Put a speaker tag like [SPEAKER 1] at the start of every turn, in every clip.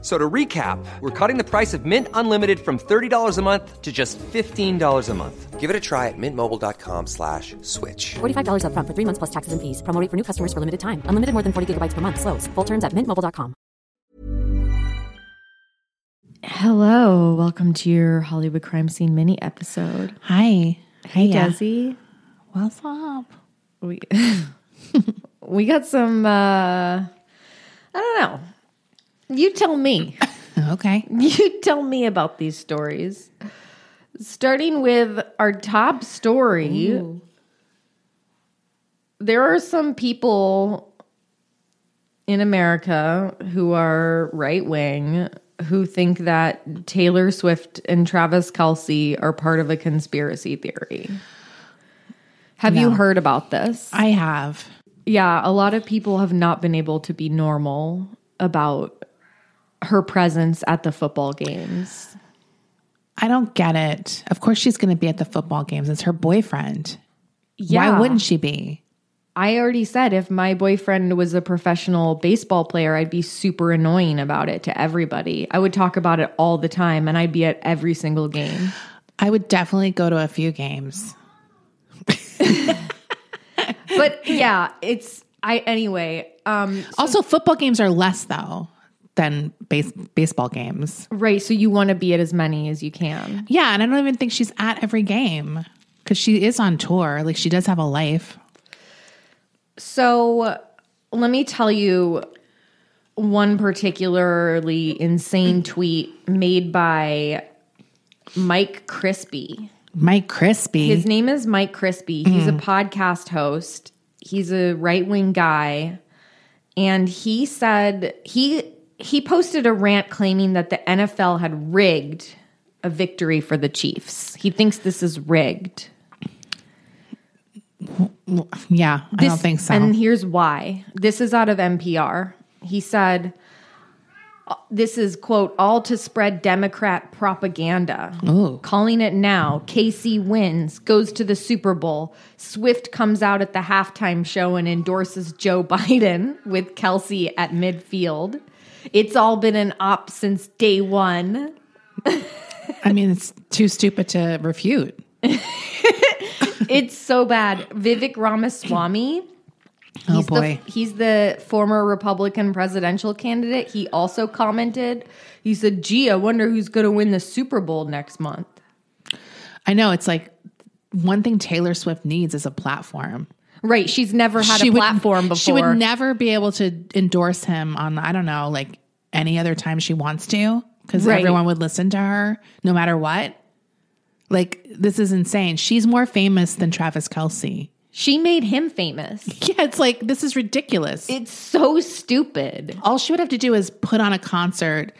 [SPEAKER 1] So to recap, we're cutting the price of Mint Unlimited from $30 a month to just $15 a month. Give it a try at mintmobile.com slash switch.
[SPEAKER 2] $45 upfront for three months plus taxes and fees. Promo rate for new customers for limited time. Unlimited more than 40 gigabytes per month. Slows. Full terms at mintmobile.com.
[SPEAKER 3] Hello, welcome to your Hollywood crime scene mini episode.
[SPEAKER 4] Hi.
[SPEAKER 3] Hey,
[SPEAKER 4] Hiya.
[SPEAKER 3] Desi.
[SPEAKER 4] What's up?
[SPEAKER 3] We we got some. uh I don't know. You tell me.
[SPEAKER 4] Oh, Okay.
[SPEAKER 3] you tell me about these stories. Starting with our top story, there are some people in America who are right wing who think that Taylor Swift and Travis Kelsey are part of a conspiracy theory. Have you heard about this?
[SPEAKER 4] I have.
[SPEAKER 3] yeah, a lot of people have not been able to be normal about her presence at the football games.
[SPEAKER 4] I don't get it. Of course, she's going to be at the football games. It's her boyfriend. Why wouldn't she be?
[SPEAKER 3] I already said if my boyfriend was a professional baseball player, I'd be super annoying about it to everybody. I would talk about it all the time and I'd be at every single game.
[SPEAKER 4] I would definitely go to a few games.
[SPEAKER 3] But yeah, it's I anyway, um
[SPEAKER 4] Also, football games are less, though, than base- baseball games.
[SPEAKER 3] right, so you want to be at as many as you can.
[SPEAKER 4] Yeah. And I don't even think she's at every game because she is on tour. Like, she does have a life.
[SPEAKER 3] So let me tell you one particularly insane tweet made by Mike Crispy.
[SPEAKER 4] Mike Crispy.
[SPEAKER 3] His name is Mike Crispy. He's a podcast host. He's a right-wing guy and he said he he posted a rant claiming that the NFL had rigged a victory for the Chiefs. He thinks this is rigged.
[SPEAKER 4] yeah. I don't
[SPEAKER 3] This-
[SPEAKER 4] think so.
[SPEAKER 3] And here's why. This is out of NPR. He said, uh, this is, quote, all to spread Democrat propaganda. Calling it now. KC wins, goes to the Super Bowl. Swift comes out at the halftime show and endorses Joe Biden with Kelsey at midfield. It's all been an op since day one.
[SPEAKER 4] I mean, it's too stupid to refute.
[SPEAKER 3] It's so bad. Vivek Ramaswamy.
[SPEAKER 4] Oh,
[SPEAKER 3] He's
[SPEAKER 4] boy.
[SPEAKER 3] The, he's the former Republican presidential candidate. He also commented, he said, gee, I wonder who's going to win the Super Bowl next month.
[SPEAKER 4] I know. It's like one thing Taylor Swift needs is a platform.
[SPEAKER 3] Right. She's never had a platform
[SPEAKER 4] would,
[SPEAKER 3] before.
[SPEAKER 4] She would never be able to endorse him on, I don't know, like any other time she wants to, because
[SPEAKER 3] Right.
[SPEAKER 4] everyone would listen to her no matter what. Like, this is insane. She's more famous than Travis Kelsey.
[SPEAKER 3] she made him famous.
[SPEAKER 4] Yeah, it's like, this is ridiculous.
[SPEAKER 3] It's so stupid.
[SPEAKER 4] All she would have to do is put on a concert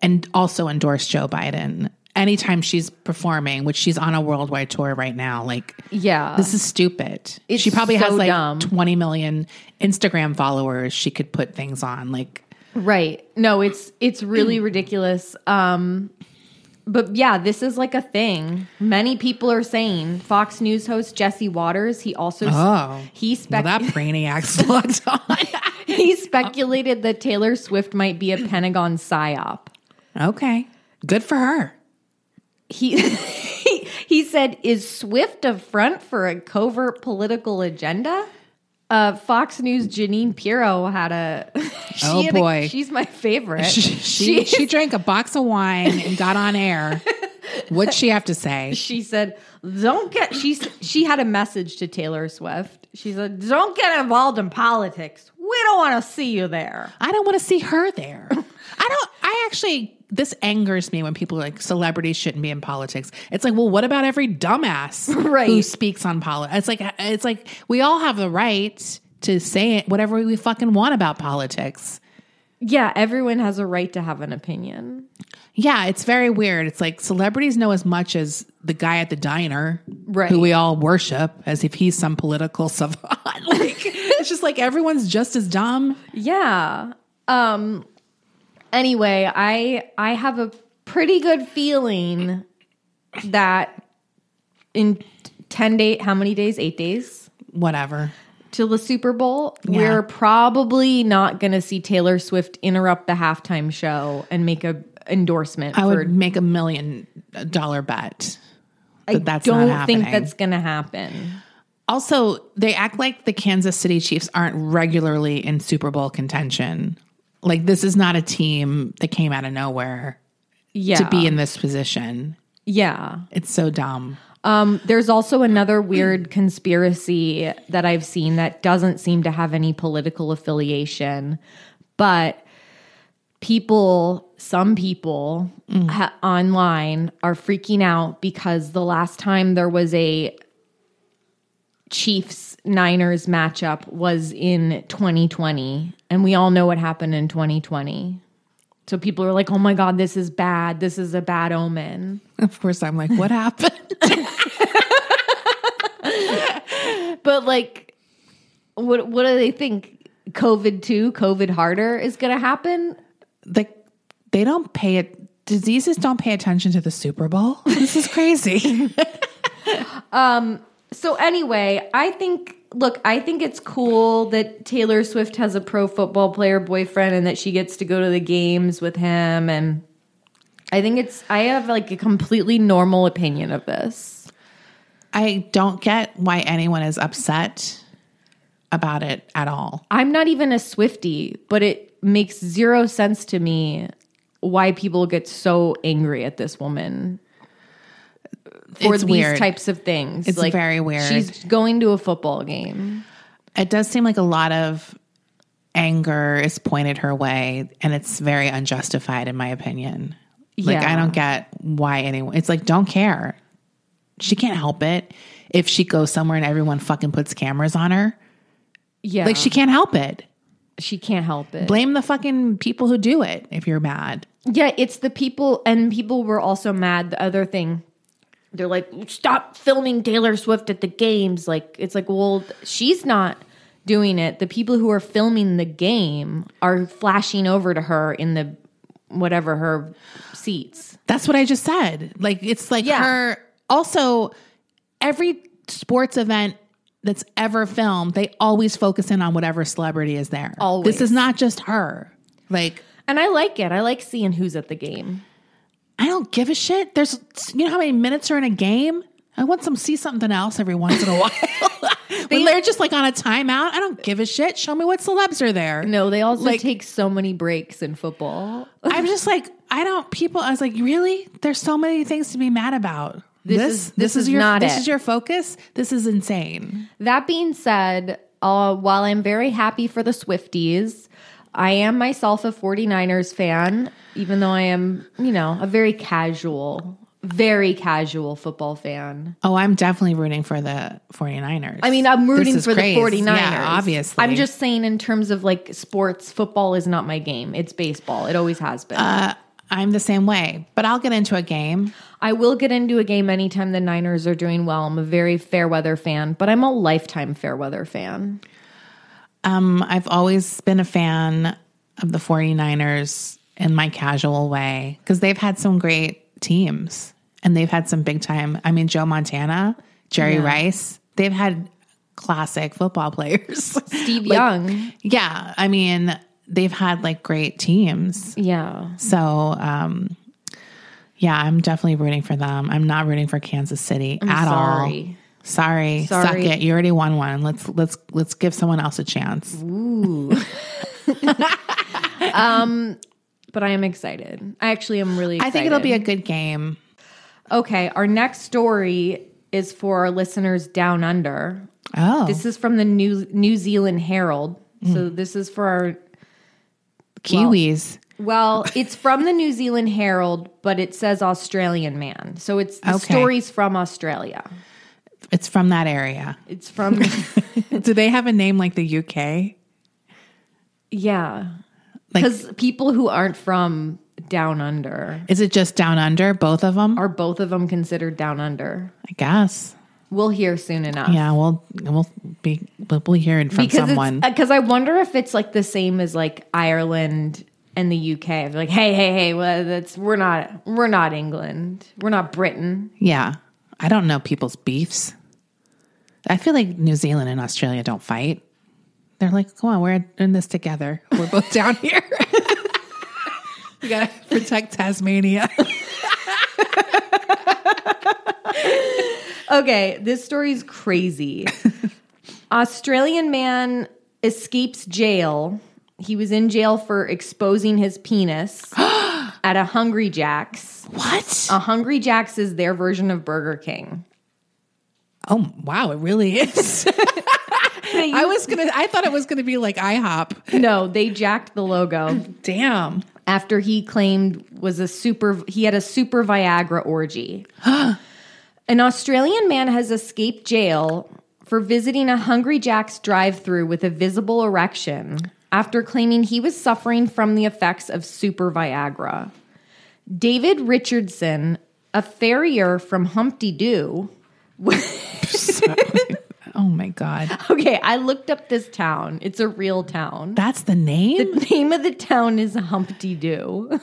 [SPEAKER 4] and also endorse Joe Biden anytime she's performing, which she's on a worldwide tour right now. Like,
[SPEAKER 3] Yeah.
[SPEAKER 4] This is stupid.
[SPEAKER 3] It's
[SPEAKER 4] she probably has
[SPEAKER 3] so
[SPEAKER 4] like
[SPEAKER 3] dumb.
[SPEAKER 4] 20 million Instagram followers she could put things on. Like,
[SPEAKER 3] Right. No, it's it's really ridiculous. Um but yeah, this is like a thing. Many people are saying Fox News host Jesse Waters, he also
[SPEAKER 4] Oh.
[SPEAKER 3] he
[SPEAKER 4] well,
[SPEAKER 3] spec
[SPEAKER 4] that brainiac's locked
[SPEAKER 3] he speculated that Taylor Swift might be a Pentagon psyop.
[SPEAKER 4] on. okay. Good for her.
[SPEAKER 3] He he said, "Is Swift a front for a covert political agenda?" Uh, Fox News Janine Pirro had a. she
[SPEAKER 4] Oh,
[SPEAKER 3] had a-
[SPEAKER 4] boy.
[SPEAKER 3] she's my favorite.
[SPEAKER 4] She, she, she drank a box of wine and got on air. What'd she have to say?
[SPEAKER 3] she said, "Don't get." She s- she had a message to Taylor Swift. She said, "Don't get involved in politics. We don't want to see you there."
[SPEAKER 4] I don't want to see her there. I don't, I actually, this angers me when people are like, celebrities shouldn't be in politics. It's like, well, what about every dumbass who
[SPEAKER 3] Right.
[SPEAKER 4] speaks on politics? It's like, it's like, we all have the right to say it, whatever we fucking want about politics.
[SPEAKER 3] Yeah, everyone has a right to have an opinion.
[SPEAKER 4] Yeah, it's very weird. It's like celebrities know as much as the guy at the diner,
[SPEAKER 3] Right.
[SPEAKER 4] Who we all worship, as if he's some political savant. like it's just like everyone's just as dumb.
[SPEAKER 3] Yeah. Um Anyway, I I have a pretty good feeling that in 10 day how many days? 8 days
[SPEAKER 4] Whatever.
[SPEAKER 3] till the Super Bowl, we're probably not going to see Taylor Swift interrupt the halftime show and make a endorsement
[SPEAKER 4] I
[SPEAKER 3] for
[SPEAKER 4] would make a million dollar bet.
[SPEAKER 3] I
[SPEAKER 4] that that's not
[SPEAKER 3] don't think
[SPEAKER 4] happening.
[SPEAKER 3] that's going to happen.
[SPEAKER 4] Also, they act like the Kansas City Chiefs aren't regularly in Super Bowl contention. Like this is not a team that came out of nowhere
[SPEAKER 3] Yeah.
[SPEAKER 4] to be in this position.
[SPEAKER 3] Yeah.
[SPEAKER 4] It's so dumb.
[SPEAKER 3] Um, there's also another weird conspiracy that I've seen that doesn't seem to have any political affiliation, but people, some people ha- online are freaking out because the last time there was a Chiefs Niners matchup was in 2020, and we all know what happened in 2020. So people are like, "Oh my god, this is bad. This is a bad omen."
[SPEAKER 4] Of course, I'm like, what happened?
[SPEAKER 3] But like, what what do they think? COVID two, COVID harder is going to happen.
[SPEAKER 4] like they don't pay it. Diseases don't pay attention to the Super Bowl. This is crazy.
[SPEAKER 3] So anyway, I think. Look, I think it's cool that Taylor Swift has a pro football player boyfriend and that she gets to go to the games with him. And I think it's. I have like a completely normal opinion of this.
[SPEAKER 4] I don't get why anyone is upset about it at all.
[SPEAKER 3] I'm not even a Swifty, but it makes zero sense to me why people get so angry at this woman for
[SPEAKER 4] It's
[SPEAKER 3] these
[SPEAKER 4] weird.
[SPEAKER 3] types of things.
[SPEAKER 4] It's very weird.
[SPEAKER 3] She's going to a football game.
[SPEAKER 4] It does seem like a lot of anger is pointed her way, and it's very unjustified, in my opinion. Like,
[SPEAKER 3] Yeah.
[SPEAKER 4] I don't get why anyone, it's like, don't care. She can't help it if she goes somewhere and everyone fucking puts cameras on her.
[SPEAKER 3] Yeah,
[SPEAKER 4] Like, she can't help it.
[SPEAKER 3] she can't help it.
[SPEAKER 4] Blame the fucking people who do it if you're mad.
[SPEAKER 3] yeah, it's the people, and people were also mad. The other thing. They're like, stop filming Taylor Swift at the games. Like, it's like, well, she's not doing it. The people who are filming the game are flashing over to her in the whatever her seats.
[SPEAKER 4] That's what I just said. Like it's like
[SPEAKER 3] Yeah.
[SPEAKER 4] her also every sports event that's ever filmed, they always focus in on whatever celebrity is there.
[SPEAKER 3] Always.
[SPEAKER 4] This is not just her. Like
[SPEAKER 3] And I like it. I like seeing who's at the game.
[SPEAKER 4] I don't give a shit. There's you know how many minutes are in a game? I want some see something else every once in a while. when they're just like on a timeout, I don't give a shit. Show me what celebs are there.
[SPEAKER 3] No, they also take so many breaks in football.
[SPEAKER 4] I'm just like, I don't. People, I was like, really? There's so many things to be mad about. This,
[SPEAKER 3] is- this is
[SPEAKER 4] your
[SPEAKER 3] not
[SPEAKER 4] this
[SPEAKER 3] it.
[SPEAKER 4] is your focus. This is insane.
[SPEAKER 3] That being said, uh, while I'm very happy for the Swifties, I am myself a 49ers fan, even though I am, you know, a very casual, very casual football fan.
[SPEAKER 4] Oh, I'm definitely rooting for the 49ers.
[SPEAKER 3] I mean, I'm
[SPEAKER 4] This
[SPEAKER 3] rooting
[SPEAKER 4] is
[SPEAKER 3] for
[SPEAKER 4] crazy.
[SPEAKER 3] the 49ers.
[SPEAKER 4] Yeah, obviously.
[SPEAKER 3] I'm just saying, in terms of like sports, football is not my game. It's baseball. It always has been.
[SPEAKER 4] Uh, I'm the same way. But I'll get into a game.
[SPEAKER 3] I will get into a game anytime the Niners are doing well. I'm a very fair weather fan, but I'm a lifetime fair weather fan.
[SPEAKER 4] Um, I've always been a fan of the 49ers in my casual way because they've had some great teams and they've had some big time. I mean, Joe Montana, Jerry Rice, they've had classic football players.
[SPEAKER 3] Steve Young.
[SPEAKER 4] Yeah, I mean, they've had like great teams.
[SPEAKER 3] Yeah.
[SPEAKER 4] So, um yeah, I'm definitely rooting for them. I'm not rooting for Kansas City at all.
[SPEAKER 3] sorry.
[SPEAKER 4] Sorry. Suck
[SPEAKER 3] Sorry.
[SPEAKER 4] it. You already won one. Let's let's let's give someone else a chance.
[SPEAKER 3] But I am excited. I actually am really
[SPEAKER 4] I
[SPEAKER 3] excited.
[SPEAKER 4] think it'll be a good game.
[SPEAKER 3] Okay, our next story is for our listeners down under.
[SPEAKER 4] Oh. Hmm.
[SPEAKER 3] This is from the New New Zealand Herald. So this is for our
[SPEAKER 4] Kiwis.
[SPEAKER 3] Well, it's from the New Zealand Herald, but it says Australian man. So it's the
[SPEAKER 4] Okay.
[SPEAKER 3] stories from Australia.
[SPEAKER 4] it's from that area.
[SPEAKER 3] It's from
[SPEAKER 4] Do they have a name like the UK?
[SPEAKER 3] Yeah.
[SPEAKER 4] Like-
[SPEAKER 3] Because people who aren't from down under
[SPEAKER 4] Is it just down under both of them?
[SPEAKER 3] are both of them considered down under.
[SPEAKER 4] I guess.
[SPEAKER 3] We'll hear soon enough.
[SPEAKER 4] Yeah, we'll we'll be we'll hear it from
[SPEAKER 3] Because uh,
[SPEAKER 4] someone.
[SPEAKER 3] because I wonder if it's like the same as like Ireland and the UK. They're like, hey, hey, hey, well, that's we're not we're not England. We're not Britain.
[SPEAKER 4] Yeah. I don't know people's beefs. I feel like New Zealand and Australia don't fight. They're like, come on, we're in this together. We're both down here. we got to protect Tasmania.
[SPEAKER 3] Okay, this story's crazy. Australian man escapes jail. He was in jail for exposing his penis at a Hungry Jack's.
[SPEAKER 4] what?
[SPEAKER 3] A Hungry Jack's is their version of Burger King.
[SPEAKER 4] oh, wow. It really is. I was going to, I thought it was going to be like IHOP.
[SPEAKER 3] No, they jacked the logo
[SPEAKER 4] Damn.
[SPEAKER 3] after he claimed was a super he had a super Viagra orgy. An Australian man has escaped jail for visiting a Hungry Jack's drive-through with a visible erection after claiming he was suffering from the effects of super Viagra. David Richardson, a farrier from Humpty Doo,
[SPEAKER 4] Oh my God.
[SPEAKER 3] okay, I looked up this town. It's a real town.
[SPEAKER 4] That's the name?
[SPEAKER 3] The name of the town is Humpty Doo.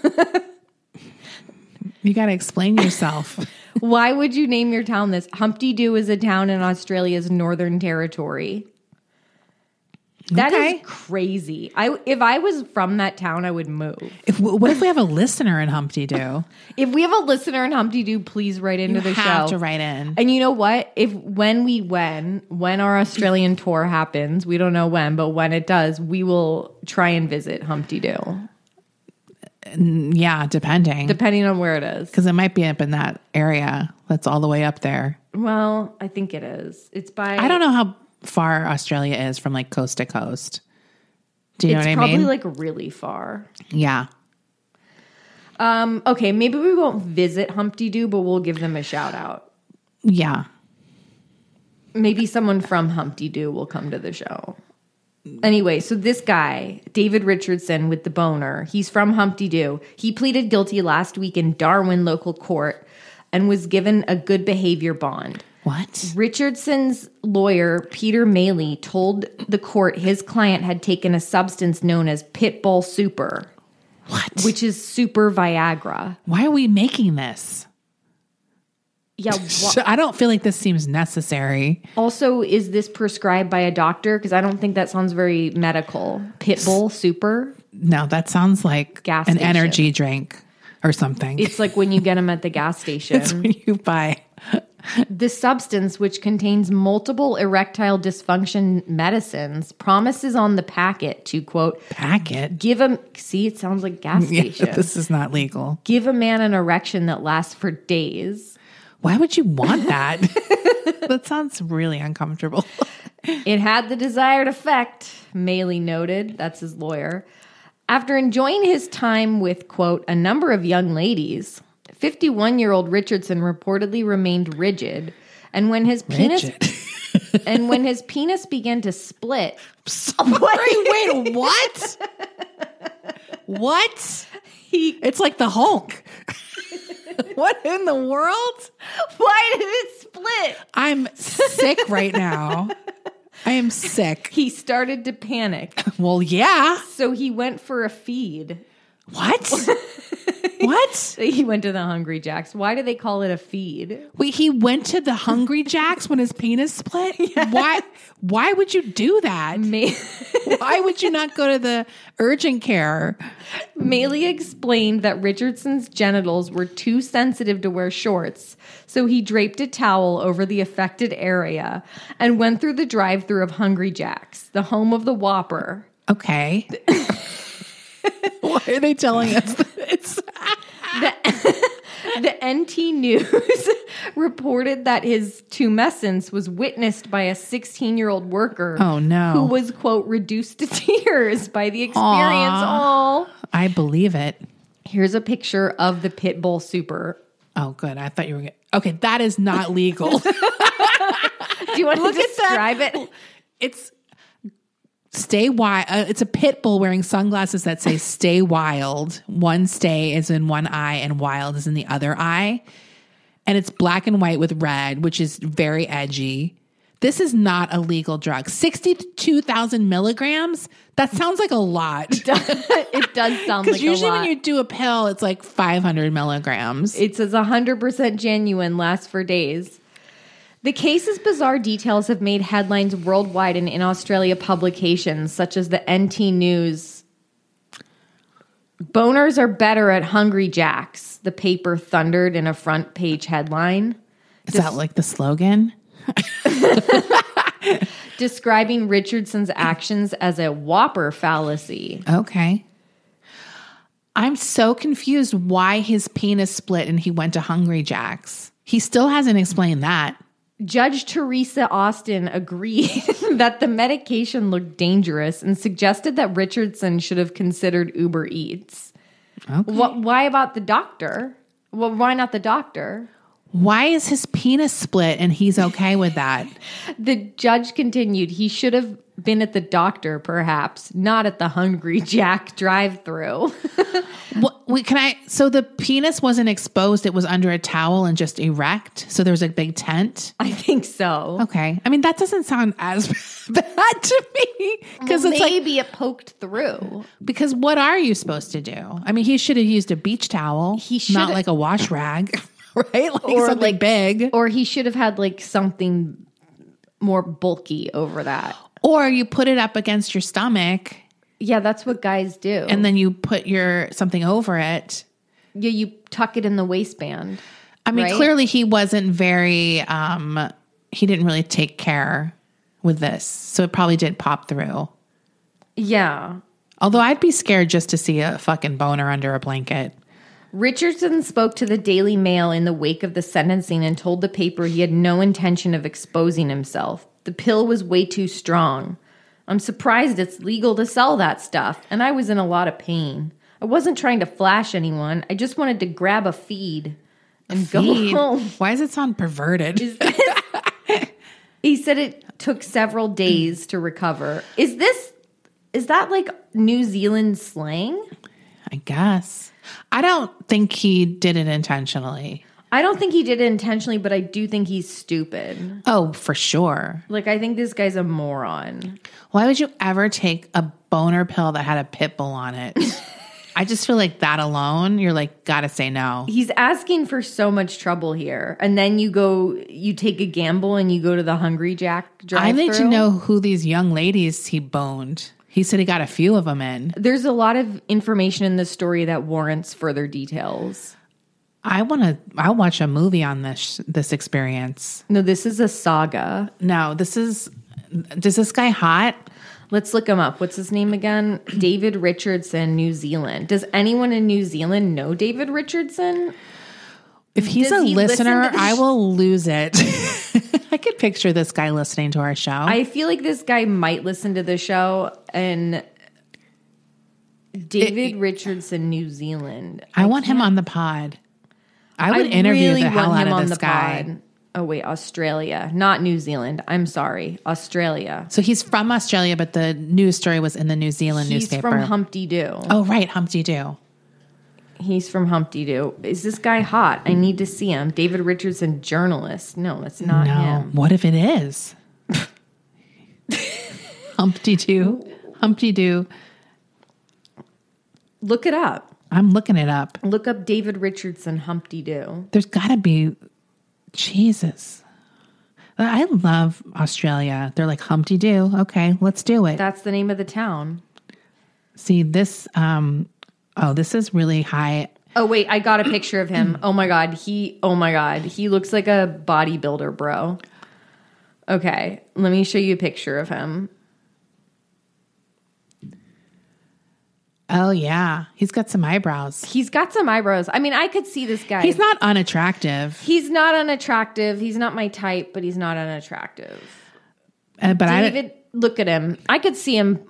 [SPEAKER 4] you got to explain yourself.
[SPEAKER 3] Why would you name your town this? Humpty Doo is a town in Australia's Northern Territory. That is
[SPEAKER 4] Okay.
[SPEAKER 3] crazy. I if I was from that town, I would move.
[SPEAKER 4] if, what if we have a listener in Humpty Doo?
[SPEAKER 3] If we have a listener in Humpty Doo, please write into
[SPEAKER 4] You
[SPEAKER 3] the
[SPEAKER 4] have
[SPEAKER 3] show.
[SPEAKER 4] to write in.
[SPEAKER 3] and you know what? If when we when when our Australian tour happens, we don't know when, but when it does, we will try and visit Humpty Doo,
[SPEAKER 4] Yeah, depending.
[SPEAKER 3] depending on where it is.
[SPEAKER 4] Because it might be up in that area that's all the way up there.
[SPEAKER 3] Well, I think it is. It's by
[SPEAKER 4] I don't know how far Australia is from like coast to coast. Do you
[SPEAKER 3] It's
[SPEAKER 4] know what I
[SPEAKER 3] probably
[SPEAKER 4] mean?
[SPEAKER 3] like really far.
[SPEAKER 4] yeah.
[SPEAKER 3] Um, okay, maybe we won't visit Humpty Doo, but we'll give them a shout out.
[SPEAKER 4] Yeah.
[SPEAKER 3] Maybe someone from Humpty Doo will come to the show. Anyway, so this guy, David Richardson with the boner, he's from Humpty Doo. He pleaded guilty last week in Darwin local court and was given a good behavior bond.
[SPEAKER 4] What?
[SPEAKER 3] Richardson's lawyer, Peter Maley, told the court his client had taken a substance known as Pitbull Super,
[SPEAKER 4] What?
[SPEAKER 3] which is super Viagra.
[SPEAKER 4] Why are we making this?
[SPEAKER 3] Yeah, wha-
[SPEAKER 4] So I don't feel like this seems necessary.
[SPEAKER 3] Also, is this prescribed by a doctor? Because I don't think that sounds very medical. Pitbull super.
[SPEAKER 4] No, that sounds like
[SPEAKER 3] Gas
[SPEAKER 4] an
[SPEAKER 3] station.
[SPEAKER 4] energy drink or something.
[SPEAKER 3] It's like when you get them at the gas
[SPEAKER 4] That's
[SPEAKER 3] station.
[SPEAKER 4] when you buy.
[SPEAKER 3] This substance, which contains multiple erectile dysfunction medicines, promises on the packet to quote,
[SPEAKER 4] Packet.
[SPEAKER 3] give a see, it sounds like gas
[SPEAKER 4] Yeah,
[SPEAKER 3] station.
[SPEAKER 4] this is not legal.
[SPEAKER 3] give a man an erection that lasts for days.
[SPEAKER 4] Why would you want that? that sounds really uncomfortable.
[SPEAKER 3] It had the desired effect, Maley noted. That's his lawyer. After enjoying his time with, quote, a number of young ladies, 51 year old Richardson reportedly remained rigid. And when his penis
[SPEAKER 4] Rigid.
[SPEAKER 3] and when his penis began to split,
[SPEAKER 4] Wait, wait, what? what?
[SPEAKER 3] he
[SPEAKER 4] It's like the Hulk. what in the world?
[SPEAKER 3] why did it split?
[SPEAKER 4] I'm sick right now. I am sick.
[SPEAKER 3] He started to panic.
[SPEAKER 4] Well, yeah.
[SPEAKER 3] So he went for a feed.
[SPEAKER 4] What? what?
[SPEAKER 3] He went to the Hungry Jacks. Why do they call it a feed?
[SPEAKER 4] Wait, he went to the Hungry Jacks when his penis split? Why why would you do that?
[SPEAKER 3] May-
[SPEAKER 4] Why would you not go to the urgent care?
[SPEAKER 3] Maley explained that Richardson's genitals were too sensitive to wear shorts, so he draped a towel over the affected area and went through the drive through of Hungry Jack's, the home of the Whopper.
[SPEAKER 4] Okay. Why are they telling us this?
[SPEAKER 3] The NT News reported that his tumescence was witnessed by a 16 year old worker.
[SPEAKER 4] Oh, no.
[SPEAKER 3] Who was, quote, reduced to tears by the experience. All
[SPEAKER 4] I believe it.
[SPEAKER 3] Here's a picture of the Pitbull Super.
[SPEAKER 4] Oh, good. I thought you were going to. Okay, that is not legal.
[SPEAKER 3] Do you want to
[SPEAKER 4] at that.
[SPEAKER 3] describe it?
[SPEAKER 4] it's stay wild. Uh, it's a pit bull wearing sunglasses that say stay wild. One stay is in one eye and wild is in the other eye. And it's black and white with red, which is very edgy. This is not a legal drug. 62,000 milligrams? That sounds like a lot.
[SPEAKER 3] it does sound
[SPEAKER 4] Because
[SPEAKER 3] like
[SPEAKER 4] usually
[SPEAKER 3] a lot.
[SPEAKER 4] when you do a pill, it's like 500 milligrams.
[SPEAKER 3] It says 100% genuine, lasts for days. The case's bizarre details have made headlines worldwide and in Australia publications such as the NT News. Boners are better at Hungry Jacks, the paper thundered in a front page headline.
[SPEAKER 4] is that like the slogan?
[SPEAKER 3] describing Richardson's actions as a whopper fallacy.
[SPEAKER 4] Okay. I'm so confused why his penis split and he went to Hungry Jack's. He still hasn't explained that.
[SPEAKER 3] Judge Teresa Austin agreed that the medication looked dangerous and suggested that Richardson should have considered Uber Eats. Wh- why about the doctor? Well, why not the doctor?
[SPEAKER 4] Why is his penis split and he's okay with that?
[SPEAKER 3] The judge continued, he should have been at the doctor, perhaps, not at the Hungry Jack drive through.
[SPEAKER 4] What, wait, can I? So the penis wasn't exposed; it was under a towel and just erect. So there was a big tent.
[SPEAKER 3] I think so.
[SPEAKER 4] Okay, I mean that doesn't sound as bad to me because it's like
[SPEAKER 3] maybe it poked through.
[SPEAKER 4] because what are you supposed to do? I mean, he should have used a beach towel,
[SPEAKER 3] He
[SPEAKER 4] not
[SPEAKER 3] should-
[SPEAKER 4] like a wash rag, right? Like something big,
[SPEAKER 3] or he should have had like something more bulky over that.
[SPEAKER 4] or you put it up against your stomach
[SPEAKER 3] Yeah, that's what guys do.
[SPEAKER 4] and then you put your something over it.
[SPEAKER 3] yeah, you tuck it in the waistband.
[SPEAKER 4] I mean,
[SPEAKER 3] Right.
[SPEAKER 4] clearly he wasn't very. um He didn't really take care with this, so it probably did pop through.
[SPEAKER 3] Yeah.
[SPEAKER 4] Although I'd be scared just to see a fucking boner under a blanket.
[SPEAKER 3] Richardson spoke to the Daily Mail in the wake of the sentencing and told the paper he had no intention of exposing himself. The pill was way too strong. I'm surprised it's legal to sell that stuff, and I was in a lot of pain. I wasn't trying to flash anyone. I just wanted to grab a feed and go
[SPEAKER 4] Feed.
[SPEAKER 3] home.
[SPEAKER 4] Why does it sound perverted?
[SPEAKER 3] He said it took several days to recover. Is this is that like New Zealand slang?
[SPEAKER 4] I guess. I don't think he did it intentionally.
[SPEAKER 3] I don't think he did it intentionally, but I do think he's stupid.
[SPEAKER 4] Oh, for sure.
[SPEAKER 3] Like I think this guy's a moron.
[SPEAKER 4] Why would you ever take a boner pill that had a pit bull on it? I just feel like that alone, you're like, gotta say no.
[SPEAKER 3] He's asking for so much trouble here. And then you go you take a gamble and you go to the Hungry Jack drive
[SPEAKER 4] I need to know who these young ladies he boned. He said he got a few of them in.
[SPEAKER 3] There's a lot of information in this story that warrants further details.
[SPEAKER 4] I want to. I will watch a movie on this this experience.
[SPEAKER 3] No, this is a saga.
[SPEAKER 4] No, this is. Does this guy hot?
[SPEAKER 3] Let's look him up. What's his name again? David Richardson, New Zealand. Does anyone in New Zealand know David Richardson?
[SPEAKER 4] If he's
[SPEAKER 3] Does
[SPEAKER 4] a
[SPEAKER 3] he listen
[SPEAKER 4] listener,
[SPEAKER 3] to the
[SPEAKER 4] I
[SPEAKER 3] sh-
[SPEAKER 4] will lose it. I could picture this guy listening to our show.
[SPEAKER 3] I feel like this guy might listen to the show and David Richardson, New Zealand.
[SPEAKER 4] I want him on the pod. I would interview the hell out of this guy.
[SPEAKER 3] pod. Oh wait, Australia, not New Zealand. I'm sorry, Australia.
[SPEAKER 4] So he's from Australia, but the news story was in the New Zealand
[SPEAKER 3] He's
[SPEAKER 4] newspaper.
[SPEAKER 3] from Humpty Doo.
[SPEAKER 4] oh, right, Humpty Doo.
[SPEAKER 3] He's from Humpty Doo. Is this guy hot? I need to see him. David Richardson, journalist. No, it's not
[SPEAKER 4] No,
[SPEAKER 3] him.
[SPEAKER 4] what if it is? Humpty Doo. Humpty Doo.
[SPEAKER 3] Look it up.
[SPEAKER 4] I'm looking it up.
[SPEAKER 3] Look up David Richardson Humpty Doo.
[SPEAKER 4] There's got to be Jesus. I love Australia. They're like Humpty Doo. Okay, let's do it.
[SPEAKER 3] That's the name of the town.
[SPEAKER 4] See this. Um, oh, this is really high.
[SPEAKER 3] Oh wait, I got a picture of him. Oh my god, he oh my god, he looks like a bodybuilder, bro. Okay, let me show you a picture of him.
[SPEAKER 4] Oh yeah, he's got some eyebrows.
[SPEAKER 3] He's got some eyebrows. I mean, I could see this guy.
[SPEAKER 4] He's not unattractive.
[SPEAKER 3] He's not unattractive. He's not my type, but he's not unattractive.
[SPEAKER 4] Uh, but
[SPEAKER 3] David, look at him. I could see him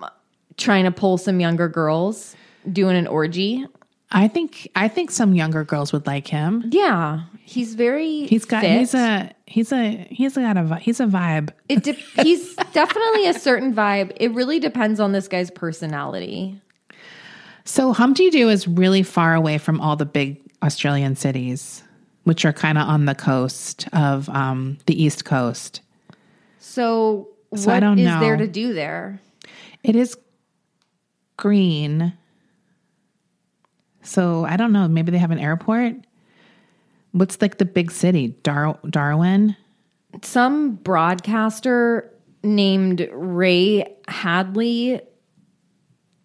[SPEAKER 3] trying to pull some younger girls, doing an orgy.
[SPEAKER 4] I, I think I think some younger girls would like him.
[SPEAKER 3] Yeah, he's very.
[SPEAKER 4] He's got
[SPEAKER 3] fit.
[SPEAKER 4] he's a he's a he's got a vi- he's a vibe.
[SPEAKER 3] It de- he's definitely a certain vibe. It really depends on this guy's personality.
[SPEAKER 4] So Humpty Doo is really far away from all the big Australian cities, which are kind of on the coast of um, the East Coast.
[SPEAKER 3] So,
[SPEAKER 4] So I
[SPEAKER 3] what
[SPEAKER 4] don't
[SPEAKER 3] is
[SPEAKER 4] know.
[SPEAKER 3] there to do there?
[SPEAKER 4] It is green. So I don't know. Maybe they have an airport. What's like the big city? Dar- Darwin?
[SPEAKER 3] Some broadcaster named Ray Hadley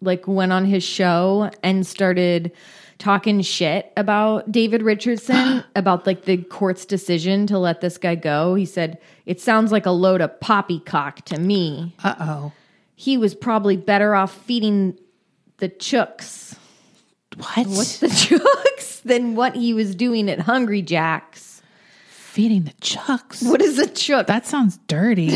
[SPEAKER 3] like went on his show and started talking shit about David Richardson about like the court's decision to let this guy go. He said, "It sounds like a load of poppycock to me."
[SPEAKER 4] Uh oh.
[SPEAKER 3] He was probably better off feeding the chooks.
[SPEAKER 4] What?
[SPEAKER 3] What's the chooks than what he was doing at Hungry Jack's.
[SPEAKER 4] Feeding the chucks.
[SPEAKER 3] What is a chook?
[SPEAKER 4] That sounds dirty.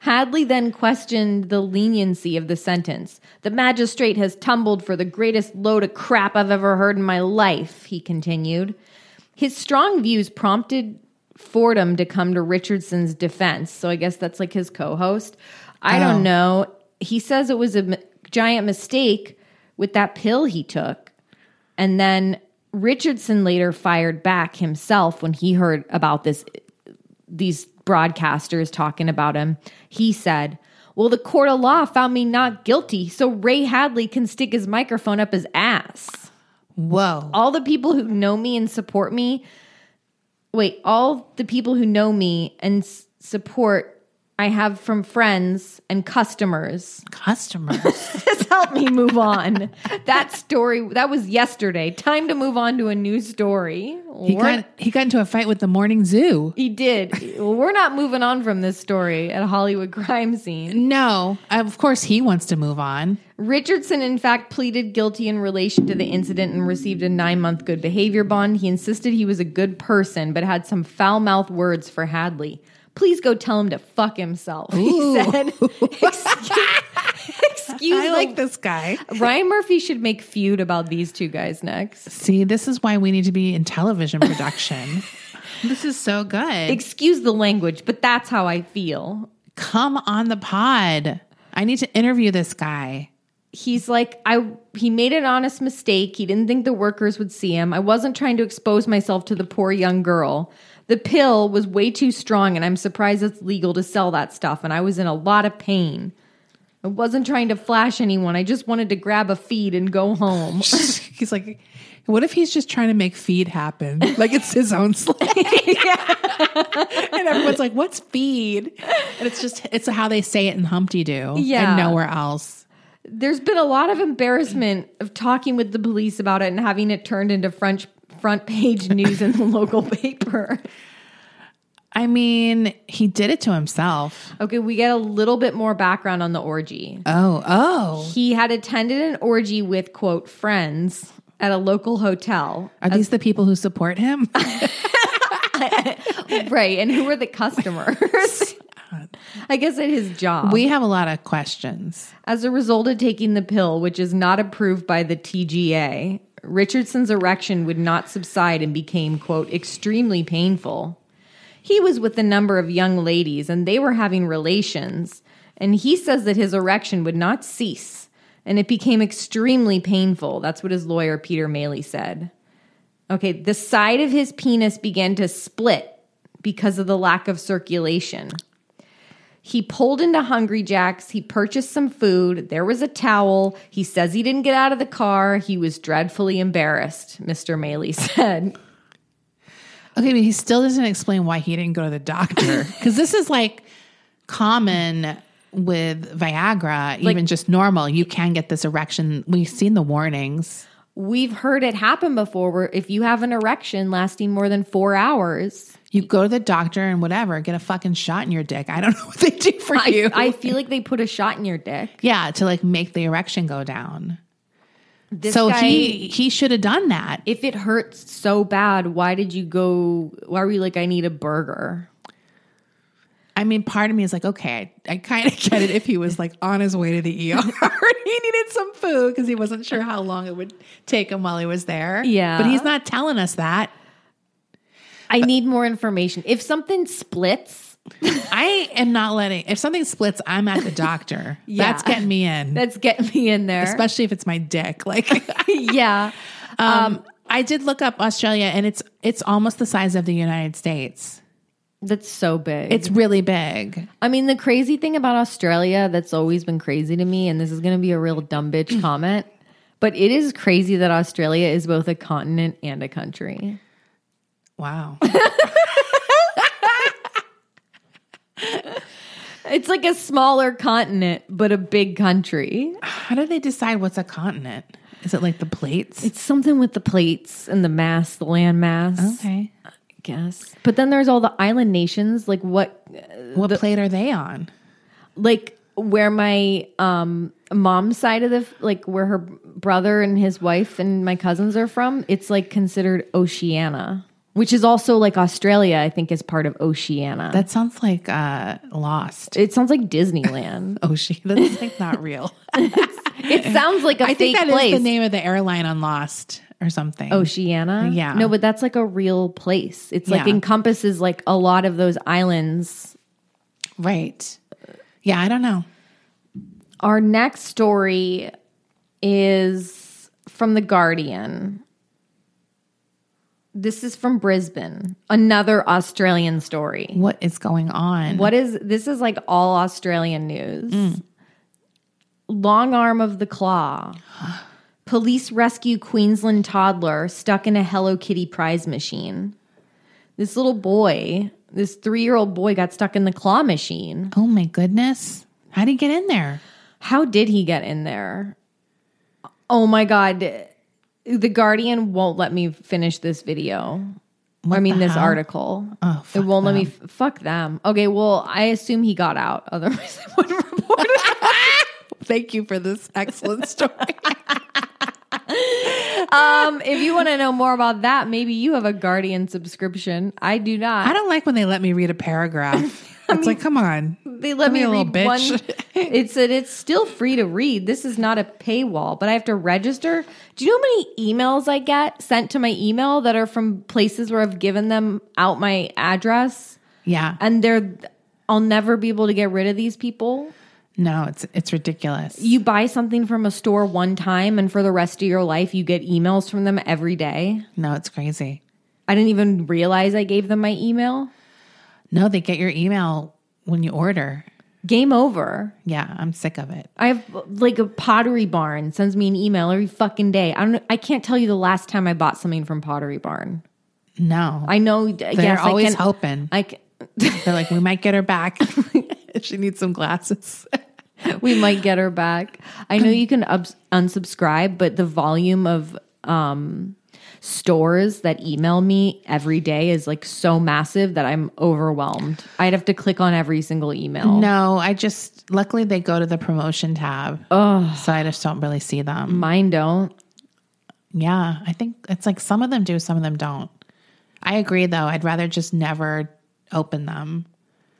[SPEAKER 3] Hadley then questioned the leniency of the sentence. The magistrate has tumbled for the greatest load of crap I've ever heard in my life, he continued. His strong views prompted Fordham to come to Richardson's defense. So I guess that's like his co host. I don't know. He says it was a m- giant mistake with that pill he took. And then Richardson later fired back himself when he heard about this these broadcasters talking about him. He said, "Well, the court of law found me not guilty, so Ray Hadley can stick his microphone up his ass."
[SPEAKER 4] Whoa.
[SPEAKER 3] All the people who know me and support me Wait, all the people who know me and s- support I have from friends and customers
[SPEAKER 4] Customers.
[SPEAKER 3] has helped me move on. that story that was yesterday. Time to move on to a new story.
[SPEAKER 4] He
[SPEAKER 3] We're-
[SPEAKER 4] got, he got into a fight with the morning zoo.
[SPEAKER 3] He did. Well, we're not moving on from this story at Hollywood crime scene.
[SPEAKER 4] No, of course he wants to move on.
[SPEAKER 3] Richardson, in fact, pleaded guilty in relation to the incident and received a nine month good behavior bond. He insisted he was a good person, but had some foul mouthed words for Hadley. Please go tell him to fuck himself, he said. excuse, excuse
[SPEAKER 4] I like
[SPEAKER 3] the-
[SPEAKER 4] this guy.
[SPEAKER 3] Ryan Murphy should make feud about these two guys next.
[SPEAKER 4] See, this is why we need to be in television production. this is so good.
[SPEAKER 3] Excuse the language, but that's how I feel.
[SPEAKER 4] Come on the pod. I need to interview this guy.
[SPEAKER 3] he's like i he made an honest mistake he didn't think the workers would see him i wasn't trying to expose myself to the poor young girl the pill was way too strong and i'm surprised it's legal to sell that stuff and i was in a lot of pain i wasn't trying to flash anyone i just wanted to grab a feed and go home
[SPEAKER 4] he's like, what if he's just trying to make feed happen? Like it's his own slang. and everyone's like, what's feed? And it's just, it's how they say it in Humpty Doo
[SPEAKER 3] Yeah.
[SPEAKER 4] and nowhere else.
[SPEAKER 3] there's been a lot of embarrassment of talking with the police about it and having it turned into french front page news in the local paper
[SPEAKER 4] I mean, he did it to himself.
[SPEAKER 3] okay we get a little bit more background on the orgy
[SPEAKER 4] Oh, oh.
[SPEAKER 3] He had attended an orgy with, quote, friends at a local hotel.
[SPEAKER 4] Are these the people who support him?
[SPEAKER 3] Right. And who were the customers? I guess at his job.
[SPEAKER 4] we have a lot of questions.
[SPEAKER 3] As a result of taking the pill, which is not approved by the TGA, Richardson's erection would not subside and became, quote, extremely painful. He was with a number of young ladies and they were having relations. And he says that his erection would not cease and it became extremely painful. That's what his lawyer, Peter Maley, said. Okay, the side of his penis began to split because of the lack of circulation. He pulled into Hungry Jack's. He purchased some food. There was a towel. He says he didn't get out of the car. He was dreadfully embarrassed, Mr. Maley said.
[SPEAKER 4] Okay, but he still doesn't explain why he didn't go to the doctor because this is like common with Viagra, even just normal. You can get this erection. We've seen the warnings.
[SPEAKER 3] We've heard it happen before where if you have an erection lasting more than four hours,
[SPEAKER 4] You go to the doctor and whatever, get a fucking shot in your dick. I don't know what they do for you.
[SPEAKER 3] I feel like they put a shot in your dick.
[SPEAKER 4] yeah, to like make the erection go down.
[SPEAKER 3] This
[SPEAKER 4] so
[SPEAKER 3] guy,
[SPEAKER 4] he he should have done that.
[SPEAKER 3] if it hurts so bad, why did you go? Why were you like, I need a burger?
[SPEAKER 4] I mean, part of me is like, okay, I, I kind of get it if he was like on his way to the ER and he needed some food because he wasn't sure how long it would take him while he was there.
[SPEAKER 3] Yeah.
[SPEAKER 4] But he's not telling us that.
[SPEAKER 3] I need more information. If something splits,
[SPEAKER 4] I am not letting, if something splits, I'm at the doctor.
[SPEAKER 3] Yeah.
[SPEAKER 4] That's getting me in,
[SPEAKER 3] that's getting me in there.
[SPEAKER 4] especially if it's my dick. Like,
[SPEAKER 3] yeah.
[SPEAKER 4] um, I did look up Australia and it's, it's almost the size of the United States
[SPEAKER 3] That's so big.
[SPEAKER 4] It's really big.
[SPEAKER 3] I mean, the crazy thing about Australia that's always been crazy to me, and this is going to be a real dumb bitch comment, but it is crazy that Australia is both a continent and a country.
[SPEAKER 4] Wow.
[SPEAKER 3] It's like a smaller continent, but a big country.
[SPEAKER 4] How do they decide what's a continent? Is it like the plates?
[SPEAKER 3] It's something with the plates and the mass, the land mass, I
[SPEAKER 4] okay.
[SPEAKER 3] guess. But then there's all the island nations, like what,
[SPEAKER 4] What plate are they on?
[SPEAKER 3] like where my um mom's side of the f- like where her brother and his wife and my cousins are from it's like considered oceania which is also like australia i think is part of oceania
[SPEAKER 4] That sounds like uh, Lost.
[SPEAKER 3] it sounds like disneyland
[SPEAKER 4] Oh, she. That's like not real.
[SPEAKER 3] it sounds like a
[SPEAKER 4] I
[SPEAKER 3] fake
[SPEAKER 4] think that is
[SPEAKER 3] place Oh,
[SPEAKER 4] the name of the airline on Lost or something.
[SPEAKER 3] oceania
[SPEAKER 4] Yeah.
[SPEAKER 3] no but that's like a real place it's like
[SPEAKER 4] Yeah.
[SPEAKER 3] encompasses like a lot of those islands
[SPEAKER 4] right. Yeah, I don't know.
[SPEAKER 3] Our next story is from The Guardian. This is from Brisbane, another Australian story.
[SPEAKER 4] What is going on?
[SPEAKER 3] What is this? Is like all Australian news. Long arm of the claw. Police rescue Queensland toddler stuck in a Hello Kitty prize machine. This little boy, this three year old boy, got stuck in the claw machine.
[SPEAKER 4] Oh my goodness. How would he get in there?
[SPEAKER 3] How did he get in there? Oh my God. The Guardian won't let me finish this video. I mean, this article. Oh, it won't let me. F- fuck them. Okay, well, I assume he got out. Otherwise, I wouldn't report it.
[SPEAKER 4] Thank you for this excellent story.
[SPEAKER 3] Um, if you want to know more about that, maybe you have a Guardian subscription. I do not.
[SPEAKER 4] I don't like when they let me read a paragraph. It's like, come on.
[SPEAKER 3] they let me
[SPEAKER 4] a little
[SPEAKER 3] read
[SPEAKER 4] bitch.
[SPEAKER 3] one. It said it's still free to read. This is not a paywall, but I have to register. Do you know how many emails I get sent to my email that are from places where I've given them out my address,
[SPEAKER 4] Yeah.
[SPEAKER 3] and they're I'll never be able to get rid of these people.
[SPEAKER 4] No, it's it's ridiculous.
[SPEAKER 3] You buy something from a store one time, and for the rest of your life, you get emails from them every day.
[SPEAKER 4] No, it's crazy.
[SPEAKER 3] I didn't even realize I gave them my email.
[SPEAKER 4] No, they get your email when you order.
[SPEAKER 3] Game over.
[SPEAKER 4] Yeah, I'm sick of it.
[SPEAKER 3] I have like a Pottery Barn sends me an email every fucking day. I don't. I can't tell you the last time I bought something from Pottery Barn.
[SPEAKER 4] No.
[SPEAKER 3] I know. They're yes,
[SPEAKER 4] always
[SPEAKER 3] I can,
[SPEAKER 4] hoping.
[SPEAKER 3] I can,
[SPEAKER 4] They're like, we might get her back. she needs some glasses.
[SPEAKER 3] we might get her back. I know you can ups unsubscribe, but the volume of um, stores that email me every day is like so massive that I'm overwhelmed. I'd have to click on every single email.
[SPEAKER 4] No, I just luckily they go to the promotion tab. Oh. So I just don't really see them.
[SPEAKER 3] Mine don't.
[SPEAKER 4] Yeah. I think it's like some of them do, some of them don't. I agree though. I'd rather just never open them.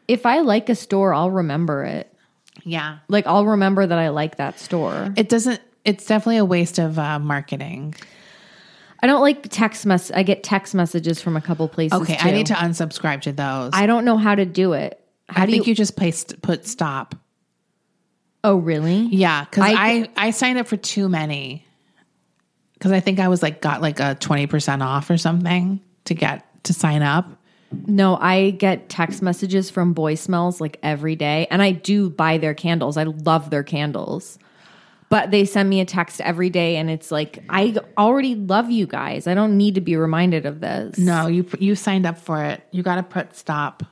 [SPEAKER 3] If I like a store, I'll remember it.
[SPEAKER 4] Yeah.
[SPEAKER 3] Like I'll remember that I like that store.
[SPEAKER 4] It doesn't it's definitely a waste of uh, marketing.
[SPEAKER 3] I don't like text mess. I get text messages from a couple places.
[SPEAKER 4] Okay,
[SPEAKER 3] too.
[SPEAKER 4] I need to unsubscribe to those. I,
[SPEAKER 3] I don't know how to do it. How do you,
[SPEAKER 4] think you, just placed put stop.
[SPEAKER 3] Oh, really?
[SPEAKER 4] Yeah, because
[SPEAKER 3] I-
[SPEAKER 4] I, I signed up for too many. Because I think I was like got like a twenty percent off or something to get to sign up.
[SPEAKER 3] No, I get text messages from Boy Smells like every day, and I do buy their candles. I love their candles, but they send me a text every day, and it's like I already love you guys. I don't need to be reminded of this.
[SPEAKER 4] No, you you signed up for it. You got to put stop.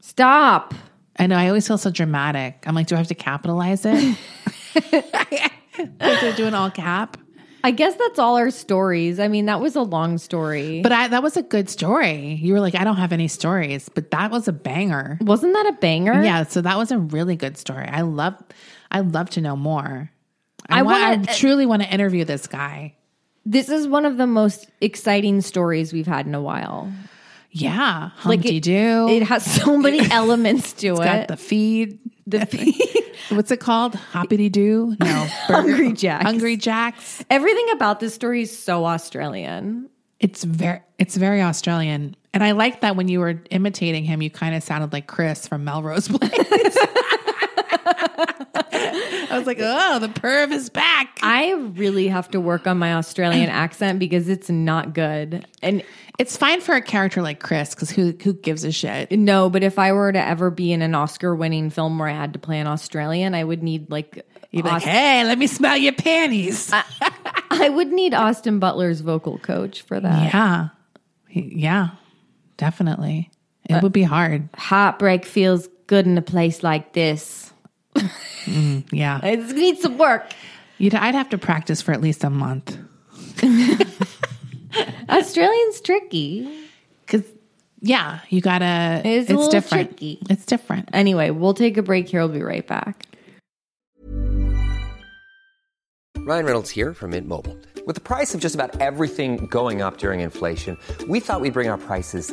[SPEAKER 3] Stop.
[SPEAKER 4] I know. I always feel so dramatic. I'm like, do I have to capitalize it? Like they're doing all cap.
[SPEAKER 3] I guess that's all our stories. I mean, that was a long story.
[SPEAKER 4] But I, that was a good story. You were like, I don't have any stories, but that was a banger.
[SPEAKER 3] wasn't that a banger?
[SPEAKER 4] Yeah, so that was a really good story. I love I love to know more. I,
[SPEAKER 3] I
[SPEAKER 4] want
[SPEAKER 3] wanna- uh,
[SPEAKER 4] I truly want to interview this guy.
[SPEAKER 3] This is one of the most exciting stories we've had in a while.
[SPEAKER 4] Yeah.
[SPEAKER 3] Like
[SPEAKER 4] Humpty
[SPEAKER 3] it-
[SPEAKER 4] Doo.
[SPEAKER 3] It has so many elements to
[SPEAKER 4] got
[SPEAKER 3] it.
[SPEAKER 4] the feed. The What's it called? Hoppity Doo? No. Burger-
[SPEAKER 3] Hungry Jacks.
[SPEAKER 4] Hungry Jacks.
[SPEAKER 3] Everything about this story is so Australian.
[SPEAKER 4] It's very it's very Australian. And I like that when you were imitating him, you kind of sounded like Chris from Melrose Place. I was
[SPEAKER 5] was like, oh, the perv is back.
[SPEAKER 3] I really have to work on my Australian accent because it's not good. And
[SPEAKER 5] It's fine for a character like Chris because who who gives a shit?
[SPEAKER 3] no, but if I were to ever be in an Oscar winning film where I had to play an Australian, I would need like,
[SPEAKER 5] You'd be like,
[SPEAKER 3] Aust-
[SPEAKER 5] hey, let me smell your panties.
[SPEAKER 3] I would need Austin Butler's vocal coach for that.
[SPEAKER 5] yeah, He- yeah, definitely. It would be hard.
[SPEAKER 3] Heartbreak feels good in a place like this.
[SPEAKER 5] Yeah,
[SPEAKER 3] It needs some work.
[SPEAKER 5] You'd, I'd have to practice for at least a month
[SPEAKER 3] Australian's tricky.
[SPEAKER 5] because yeah, you gotta.
[SPEAKER 3] It's
[SPEAKER 5] It's,
[SPEAKER 3] a little
[SPEAKER 5] different.
[SPEAKER 3] tricky.
[SPEAKER 5] It's different.
[SPEAKER 3] Anyway, we'll take a break here. We'll be right back.
[SPEAKER 1] Ryan Reynolds here from Mint Mobile. With the price of just about everything going up during inflation, we thought we'd bring our prices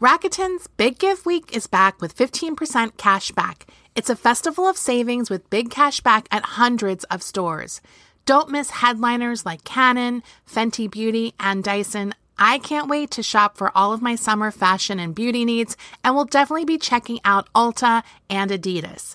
[SPEAKER 4] Rakuten's Big Give Week is back with 15% cash back. It's a festival of savings with big cash back at hundreds of stores. Don't miss headliners like Canon, Fenty Beauty, and Dyson. I can't wait to shop for all of my summer fashion and beauty needs, and will definitely be checking out Ulta and Adidas.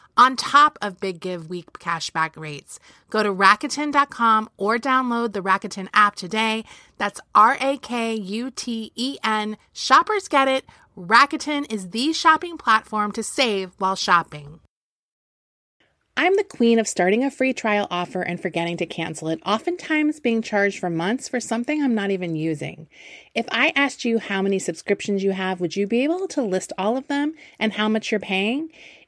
[SPEAKER 4] on top of Big Give Week cashback rates. Go to Rakuten.com or download the Rakuten app today. That's R A K U T E N. Shoppers get it. Rakuten is the shopping platform to save while shopping. I'm the queen of starting a free trial offer and forgetting to cancel it, oftentimes being charged for months for something I'm not even using. If I asked you how many subscriptions you have, would you be able to list all of them and how much you're paying?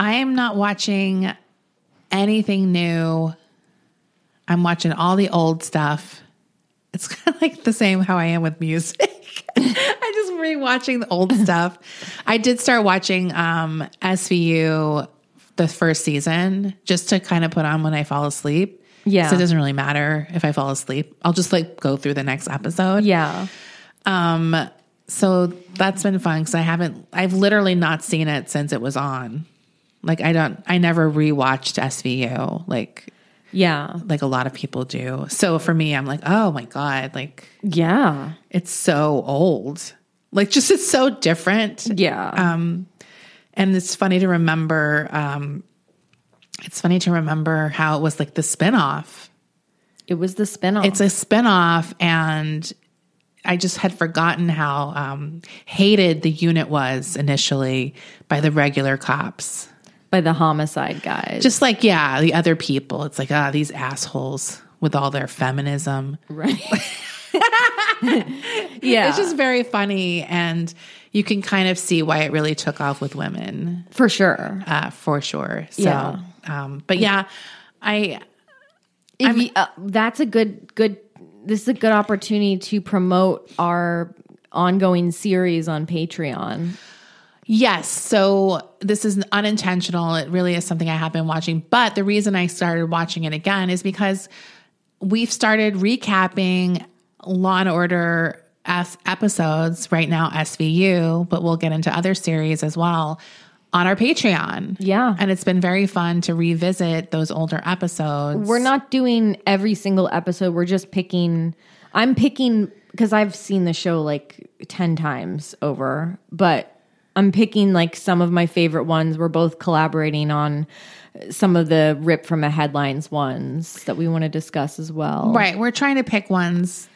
[SPEAKER 5] I am not watching anything new. I'm watching all the old stuff. It's kind of like the same how I am with music. I just rewatching the old stuff. I did start watching um, SVU the first season just to kind of put on when I fall asleep.
[SPEAKER 3] Yeah.
[SPEAKER 5] So it doesn't really matter if I fall asleep. I'll just like go through the next episode.
[SPEAKER 3] Yeah.
[SPEAKER 5] Um, so that's been fun because I haven't, I've literally not seen it since it was on. Like I don't, I never rewatched SVU like
[SPEAKER 3] Yeah.
[SPEAKER 5] like a lot of people do. So for me, I'm like, oh my god, like
[SPEAKER 3] Yeah.
[SPEAKER 5] it's so old. Like just it's so different. Um,
[SPEAKER 3] Yeah.
[SPEAKER 5] And it's funny to remember. Um, it's funny to remember how it was like the spinoff
[SPEAKER 3] it was the spinoff.
[SPEAKER 5] It's a spinoff, and I just had forgotten how um, hated the unit was initially by the regular cops.
[SPEAKER 3] by the homicide guys.
[SPEAKER 5] Just like, yeah, the other people. It's like, ah, these assholes with all their feminism.
[SPEAKER 3] right. Yeah.
[SPEAKER 4] It's just very funny. And you can kind of see why it really took off with women
[SPEAKER 3] for sure.
[SPEAKER 4] uh, for sure. So,
[SPEAKER 3] Yeah.
[SPEAKER 4] um, but yeah, I,
[SPEAKER 3] If you- uh, that's a good good this is a good opportunity to promote our ongoing series on Patreon.
[SPEAKER 4] Yes. So this is unintentional. It really is something I have been watching. But the reason I started watching it again is because we've started recapping Law and Order S- episodes right now, SVU, but we'll get into other series as well on our Patreon.
[SPEAKER 3] Yeah.
[SPEAKER 4] And it's been very fun to revisit those older episodes.
[SPEAKER 3] We're not doing every single episode. We're just picking I'm picking because I've seen the show like 10 times over, but I'm picking like some of my favorite ones. We're both collaborating on some of the rip from a headlines ones that we want to discuss as well.
[SPEAKER 4] Right. We're trying to pick ones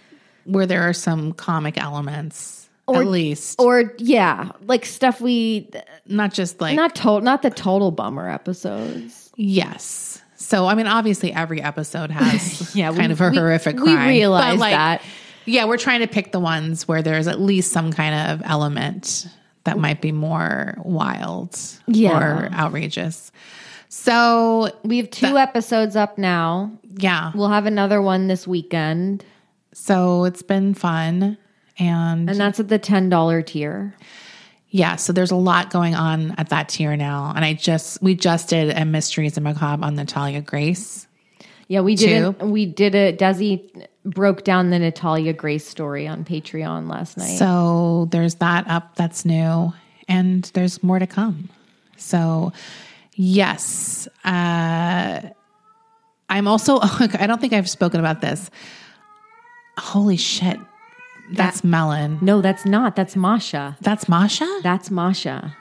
[SPEAKER 4] where there are some comic elements. at least,
[SPEAKER 3] Or yeah, like stuff we
[SPEAKER 4] not just like
[SPEAKER 3] not total not the total bummer episodes.
[SPEAKER 4] Yes. So I mean, obviously, every episode has
[SPEAKER 3] Yeah, we-
[SPEAKER 4] kind of a
[SPEAKER 3] we-
[SPEAKER 4] horrific
[SPEAKER 3] we
[SPEAKER 4] crime. but,
[SPEAKER 3] realize that.
[SPEAKER 4] Yeah, we're trying to pick the ones where there's at least some kind of element that might be more wild
[SPEAKER 3] Yeah.
[SPEAKER 4] or outrageous. So
[SPEAKER 3] We have two episodes up now.
[SPEAKER 4] yeah,
[SPEAKER 3] We'll have another one this weekend,
[SPEAKER 4] so it's been fun, and,
[SPEAKER 3] and that's at the ten dollar tier.
[SPEAKER 4] yeah, so there's a lot going on at that tier now. And I just we just did a mysteries and macabre on Natalia Grace.
[SPEAKER 3] Yeah, we did. not We did a Desi broke down the Natalia Grace story on Patreon last night.
[SPEAKER 4] So there's that up that's new, and there's more to come. So, yes, uh, I'm also. I don't think I've spoken about this. Holy shit, that's Melon.
[SPEAKER 3] no, that's not. That's Masha.
[SPEAKER 4] That's Masha.
[SPEAKER 3] That's Masha.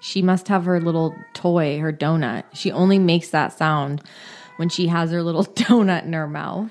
[SPEAKER 3] She must have her little toy, her donut. She only makes that sound when she has her little donut in her mouth.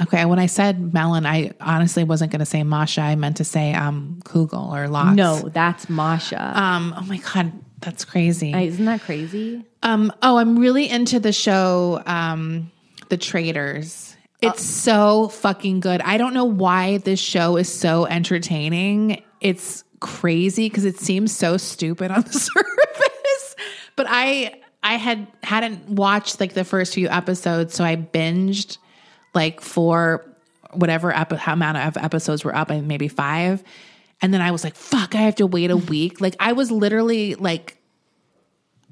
[SPEAKER 4] Okay, when I said Melon, I honestly wasn't going to say Masha. I meant to say um Kugel or Lox.
[SPEAKER 3] No, that's Masha.
[SPEAKER 4] Um. Oh my god, that's crazy.
[SPEAKER 3] Isn't that crazy?
[SPEAKER 4] Um, oh, I'm really into the show, um, The Traders. It's so fucking good. I don't know why this show is so entertaining. It's crazy because it seems so stupid on the surface, but I I had hadn't watched like the first few episodes, so I binged like four whatever epi- how amount of episodes were up and maybe five, and then I was like, fuck, I have to wait a week. Like I was literally like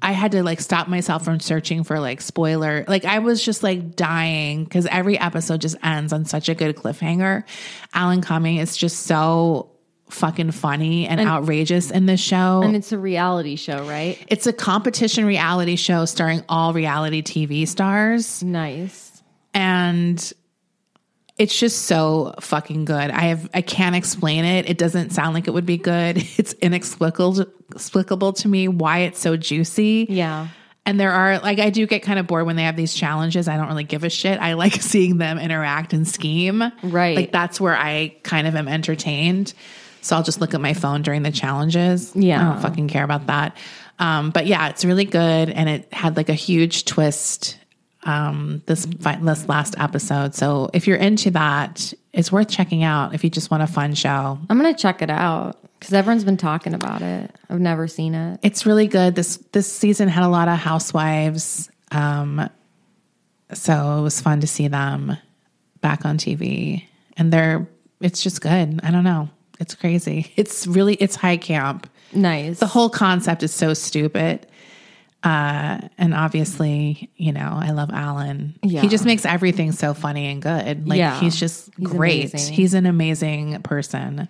[SPEAKER 4] I had to like stop myself from searching for like spoiler. Like I was just like dying because every episode just ends on such a good cliffhanger. Alan Cumming is just so fucking funny and, outrageous in this show.
[SPEAKER 3] And it's a reality show, right?
[SPEAKER 4] it's a competition reality show starring all reality TV stars
[SPEAKER 3] Nice.
[SPEAKER 4] and it's just so fucking good. I have I can't explain it. It doesn't sound like it would be good. It's inexplicable explicable to me why it's so juicy.
[SPEAKER 3] Yeah.
[SPEAKER 4] And there are like I do get kind of bored when they have these challenges. I don't really give a shit. I like seeing them interact and scheme.
[SPEAKER 3] Right.
[SPEAKER 4] Like that's where I kind of am entertained. So I'll just look at my phone during the challenges.
[SPEAKER 3] Yeah.
[SPEAKER 4] I don't fucking care about that. Um, but yeah, it's really good, and it had like a huge twist um, this fi- this last episode. So if you're into that, it's worth checking out if you just want a fun show.
[SPEAKER 3] I'm gonna check it out because everyone's been talking about it. I've never seen it.
[SPEAKER 4] It's really good. This this season had a lot of housewives. Um so it was fun to see them back on TV. And they're it's just good. I don't know. It's crazy. It's really it's high camp.
[SPEAKER 3] Nice.
[SPEAKER 4] The whole concept is so stupid. Uh, and obviously, you know, I love Alan.
[SPEAKER 3] Yeah.
[SPEAKER 4] He just makes everything so funny and good. Like
[SPEAKER 3] Yeah.
[SPEAKER 4] he's just
[SPEAKER 3] He's
[SPEAKER 4] great.
[SPEAKER 3] amazing.
[SPEAKER 4] He's an amazing person.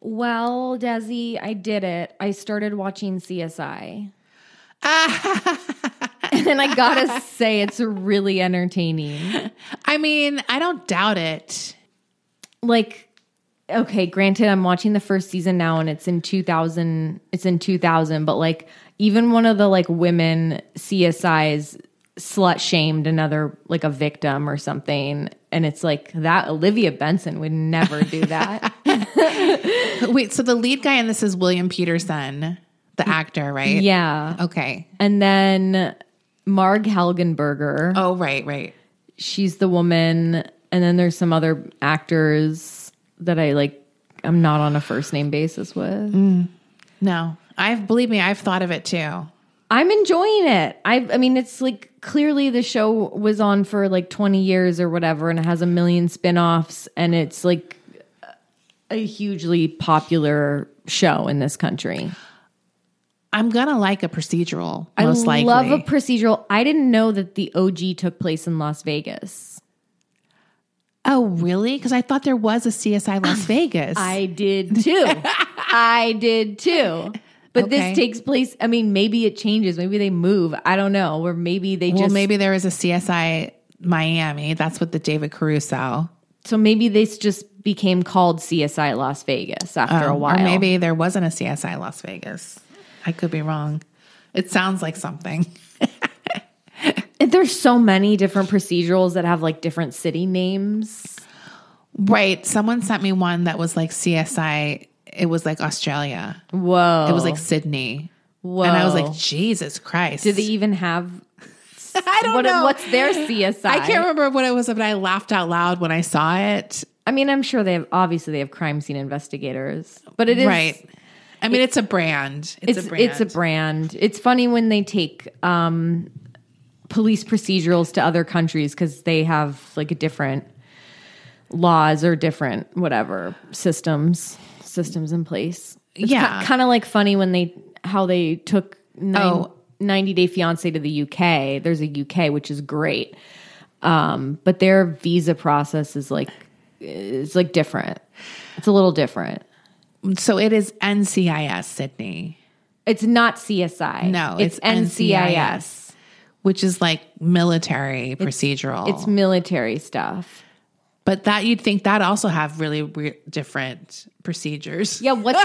[SPEAKER 3] well, Desi, I did it. I started watching CSI. and then I gotta say, it's really entertaining.
[SPEAKER 4] I mean, I don't doubt it.
[SPEAKER 3] Like, okay, granted, I'm watching the first season now, and it's in 2000. It's in 2000, but like, even one of the like women CSIs slut shamed another like a victim or something, and it's like that Olivia Benson would never do that.
[SPEAKER 4] Wait, so the lead guy in this is William Peterson, the actor, right?
[SPEAKER 3] Mm, Yeah.
[SPEAKER 4] Okay.
[SPEAKER 3] And then Marg Helgenberger.
[SPEAKER 4] Oh, right, right.
[SPEAKER 3] She's the woman. and then there's some other actors that I like. I'm not on a first name basis with.
[SPEAKER 5] No, I've believe me, I've thought of it too.
[SPEAKER 3] I'm enjoying it. I I mean it's like clearly the show was on for like 20 years or whatever and it has a million spin-offs and it's like a hugely popular show in this country.
[SPEAKER 5] I'm gonna like a procedural. Most
[SPEAKER 3] I
[SPEAKER 5] likely,
[SPEAKER 3] love a procedural. I didn't know that the OG took place in Las Vegas.
[SPEAKER 5] oh really? Because I thought there was a CSI Las Vegas.
[SPEAKER 3] I did too. I did too. But
[SPEAKER 5] Okay.
[SPEAKER 3] this takes place I mean maybe it changes, maybe they move. I don't know or maybe they
[SPEAKER 5] well,
[SPEAKER 3] just
[SPEAKER 5] maybe there was a CSI Miami. That's what the David Caruso.
[SPEAKER 3] so maybe this just became called CSI Las Vegas after a while.
[SPEAKER 5] Oh, Or maybe there wasn't a CSI Las Vegas. I could be wrong. It sounds like something.
[SPEAKER 3] There's so many different procedurals that have like different city names.
[SPEAKER 5] Right. Someone sent me one that was like CSI. It was like Australia.
[SPEAKER 3] Whoa.
[SPEAKER 5] It was like Sydney.
[SPEAKER 3] Whoa.
[SPEAKER 5] And I was like, Jesus Christ.
[SPEAKER 3] do they even have
[SPEAKER 5] I don't
[SPEAKER 3] what,
[SPEAKER 5] know.
[SPEAKER 3] what's their CSI?
[SPEAKER 5] I can't remember what it was, but I laughed out loud when I saw it.
[SPEAKER 3] I mean, I'm sure they have obviously they have crime scene investigators, but it is
[SPEAKER 5] right. I mean, it's a brand. It's,
[SPEAKER 3] It's
[SPEAKER 5] a brand.
[SPEAKER 3] it's a brand. It's funny when they take um, police procedurals to other countries because they have like a different laws or different whatever systems systems in place. It's
[SPEAKER 5] Yeah.
[SPEAKER 3] kind of like funny when they how they took nine,
[SPEAKER 5] Oh.
[SPEAKER 3] 90 Day Fiance to the UK. There's a UK which is great, um, but their visa process is like it's like different. It's a little different.
[SPEAKER 5] So it is NCIS Sydney,
[SPEAKER 3] It's not CSI.
[SPEAKER 5] No,
[SPEAKER 3] it's,
[SPEAKER 5] it's
[SPEAKER 3] NCIS.
[SPEAKER 5] which is like military procedural.
[SPEAKER 3] It's military stuff.
[SPEAKER 5] But that you'd think that also have really weird, different procedures.
[SPEAKER 3] Yeah, what's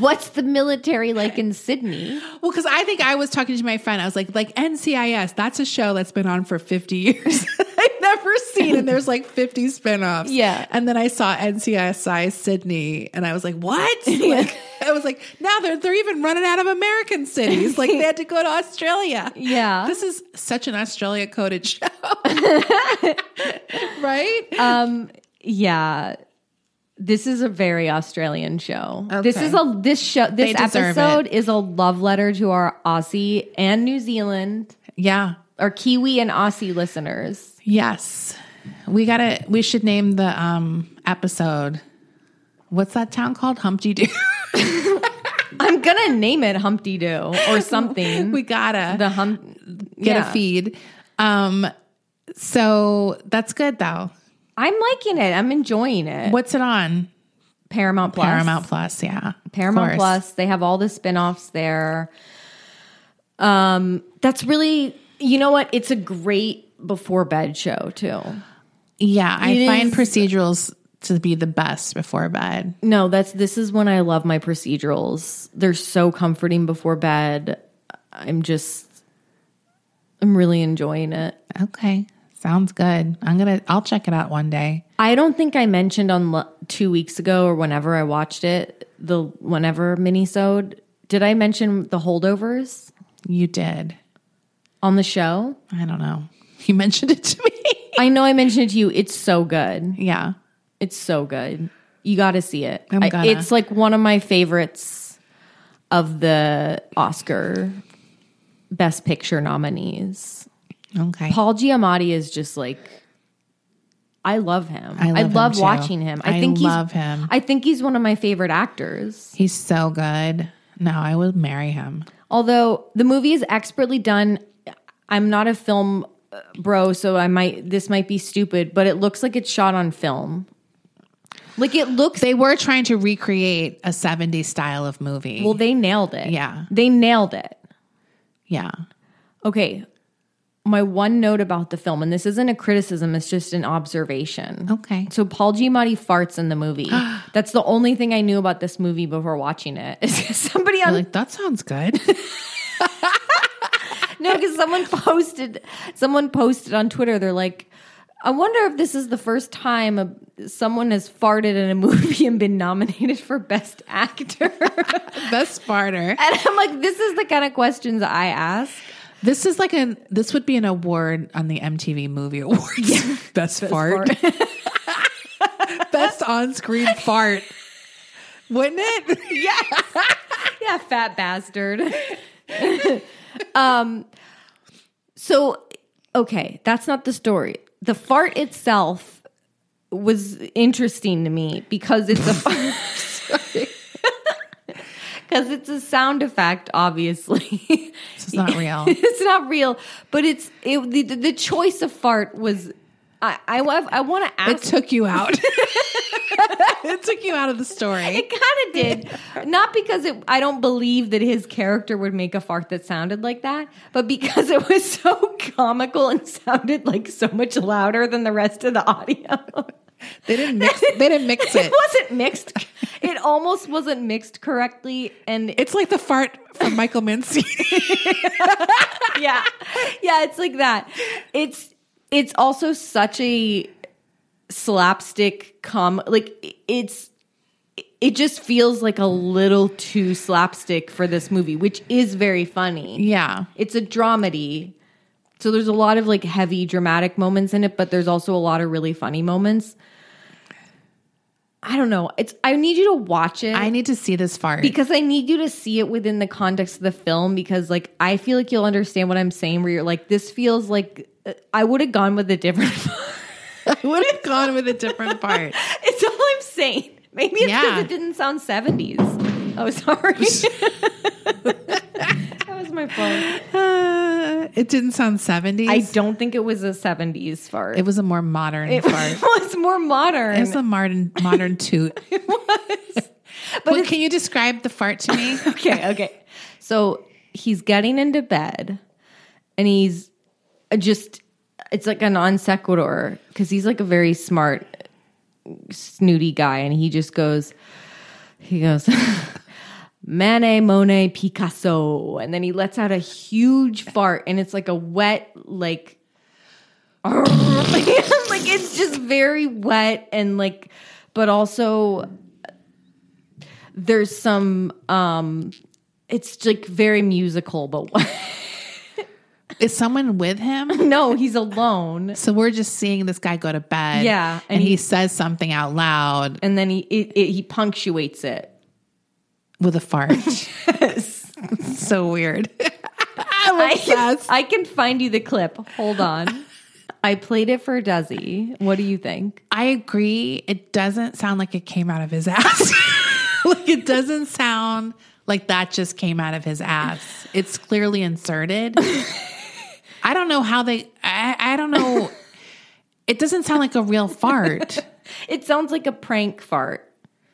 [SPEAKER 3] what's the military like in Sydney?
[SPEAKER 5] Well, because I think I was talking to my friend. I was like, like NCIS. That's a show that's been on for fifty years. I've never seen, and there's like fifty spinoffs.
[SPEAKER 3] Yeah.
[SPEAKER 5] And then I saw NCISI Sydney, and I was like, what? Like, I was like, now they're they're even running out of American cities. Like they had to go to Australia.
[SPEAKER 3] Yeah.
[SPEAKER 5] This is such an Australia coded show, right?
[SPEAKER 3] Yeah. This is a very Australian show. This
[SPEAKER 5] Okay.
[SPEAKER 3] is a this show this
[SPEAKER 5] deserve it.
[SPEAKER 3] episode is a love letter to our Aussie and New Zealand
[SPEAKER 5] yeah.
[SPEAKER 3] or Kiwi and Aussie listeners.
[SPEAKER 5] Yes. We gotta we should name the um episode. What's that town called? Humpty Doo.
[SPEAKER 3] I'm gonna name it Humpty Doo or something.
[SPEAKER 5] we gotta
[SPEAKER 3] the hump
[SPEAKER 5] get
[SPEAKER 3] yeah.
[SPEAKER 5] a feed. Um so that's good though.
[SPEAKER 3] I'm liking it. I'm enjoying it.
[SPEAKER 5] What's it on?
[SPEAKER 3] Paramount Plus.
[SPEAKER 5] Paramount Plus, yeah. of
[SPEAKER 3] Paramount
[SPEAKER 5] course.
[SPEAKER 3] Plus. They have all the spin-offs there. Um, that's really you know what? It's a great before bed show too.
[SPEAKER 5] Yeah, I
[SPEAKER 3] It
[SPEAKER 5] find
[SPEAKER 3] is-
[SPEAKER 5] procedurals to be the best before bed.
[SPEAKER 3] No, that's this is when I love my procedurals. They're so comforting before bed. I'm just I'm really enjoying it.
[SPEAKER 5] Okay. Sounds good. I'm gonna I'll check it out one day.
[SPEAKER 3] I don't think I mentioned on l- two weeks ago or whenever I watched it, the whenever minisode. Did I mention the holdovers
[SPEAKER 5] You did.
[SPEAKER 3] on the show?
[SPEAKER 5] I don't know. You mentioned it to me.
[SPEAKER 3] I know I mentioned it to you. It's so good.
[SPEAKER 5] yeah.
[SPEAKER 3] It's so good. You got to see it.
[SPEAKER 5] I'm
[SPEAKER 3] I-
[SPEAKER 5] gonna.
[SPEAKER 3] It's like one of my favorites of the Oscar Best Picture nominees.
[SPEAKER 5] Okay.
[SPEAKER 3] Paul Giamatti is just like I love him.
[SPEAKER 5] I love him too.
[SPEAKER 3] watching him. I,
[SPEAKER 5] I
[SPEAKER 3] think he's,
[SPEAKER 5] love him.
[SPEAKER 3] I think he's one of my favorite actors.
[SPEAKER 5] He's so good. No, I would marry him.
[SPEAKER 3] Although the movie is expertly done, I'm not a film uh, bro, so I might this might be stupid, but it looks like it's shot on film. Like it looks
[SPEAKER 5] They were trying to recreate a 70s style of movie.
[SPEAKER 3] Well, they nailed it.
[SPEAKER 5] Yeah.
[SPEAKER 3] They nailed it.
[SPEAKER 5] yeah.
[SPEAKER 3] Okay. My one note about the film, and this isn't a criticism, it's just an observation.
[SPEAKER 5] Okay.
[SPEAKER 3] So Paul Giamatti farts in the movie. That's the only thing I knew about this movie before watching it. Is somebody
[SPEAKER 5] You're
[SPEAKER 3] on
[SPEAKER 5] like, that sounds good.
[SPEAKER 3] no, because someone posted someone posted on Twitter. They're like, I wonder if this is the first time a, someone has farted in a movie and been nominated for best actor.
[SPEAKER 5] That's smarter.
[SPEAKER 3] and I'm like, this is the kind of questions I ask.
[SPEAKER 5] This is like an this would be an award on the MTV Movie Awards. Best, fart. on-screen fart, wouldn't it?
[SPEAKER 3] yeah, fat bastard. um, so okay, that's not the story. The fart itself was interesting to me because it's a because it's a sound effect, obviously.
[SPEAKER 5] This is not real.
[SPEAKER 3] it's not real, but it's it, the the choice of fart was. I I, wa- I want to
[SPEAKER 5] It
[SPEAKER 3] ask
[SPEAKER 5] took you out. it took you out of the story.
[SPEAKER 3] It kind of did. Not because it, I don't believe that his character would make a fart that sounded like that, but because it was so comical and sounded like so much louder than the rest of the audio.
[SPEAKER 5] They didn't mix. They didn't mix
[SPEAKER 3] It
[SPEAKER 5] it.
[SPEAKER 3] wasn't mixed. It almost wasn't mixed correctly. And
[SPEAKER 5] It's like the fart from Michael Mincy.
[SPEAKER 3] yeah. Yeah, it's like that. It's it's also such a slapstick com like it's it just feels like a little too slapstick for this movie, which is very funny.
[SPEAKER 5] yeah.
[SPEAKER 3] It's a dramedy. So there's a lot of like heavy dramatic moments in it, but there's also a lot of really funny moments. I don't know. It's I need you to watch it
[SPEAKER 5] I need to see this fart.
[SPEAKER 3] because I need you to see it within the context of the film because like I feel like you'll understand what I'm saying where you're like this feels like uh, I would have gone with a different
[SPEAKER 5] I would have gone with a different fart.
[SPEAKER 3] It's all I'm saying. Maybe it's because
[SPEAKER 5] Yeah.
[SPEAKER 3] it didn't sound 70s. Oh, sorry. that was my fault.
[SPEAKER 5] Uh, it didn't sound 70s.
[SPEAKER 3] I don't think it was a 70s fart.
[SPEAKER 5] it was a more modern
[SPEAKER 3] It
[SPEAKER 5] fart.
[SPEAKER 3] was more modern.
[SPEAKER 5] It was a modern modern toot. it was. But
[SPEAKER 3] it's-
[SPEAKER 5] can you describe the fart to me?
[SPEAKER 3] okay, okay. So he's getting into bed and he's just, it's like a non sequitur because he's like a very smart, snooty guy. And he just goes, he goes, Manet, Monet, Picasso. And then he lets out a huge fart and it's like a wet, like, like it's just very wet and like, but also there's some um it's like very musical but
[SPEAKER 5] Is someone with him?
[SPEAKER 3] no he's alone
[SPEAKER 5] So we're just seeing this guy go to bed.
[SPEAKER 3] Yeah,
[SPEAKER 5] And,
[SPEAKER 3] and
[SPEAKER 5] he,
[SPEAKER 3] he-
[SPEAKER 5] says something out loud
[SPEAKER 3] and then he it, it, he punctuates it
[SPEAKER 5] with a fart. so weird.
[SPEAKER 3] I,
[SPEAKER 5] obsessed.
[SPEAKER 3] I can find you the clip hold on i played it for desi what do you think
[SPEAKER 5] I agree. It doesn't sound like it came out of his ass. like it doesn't sound like that just came out of his ass. It's clearly inserted. I don't know how they. I, I don't know. It doesn't sound like a real fart.
[SPEAKER 3] it sounds like a prank fart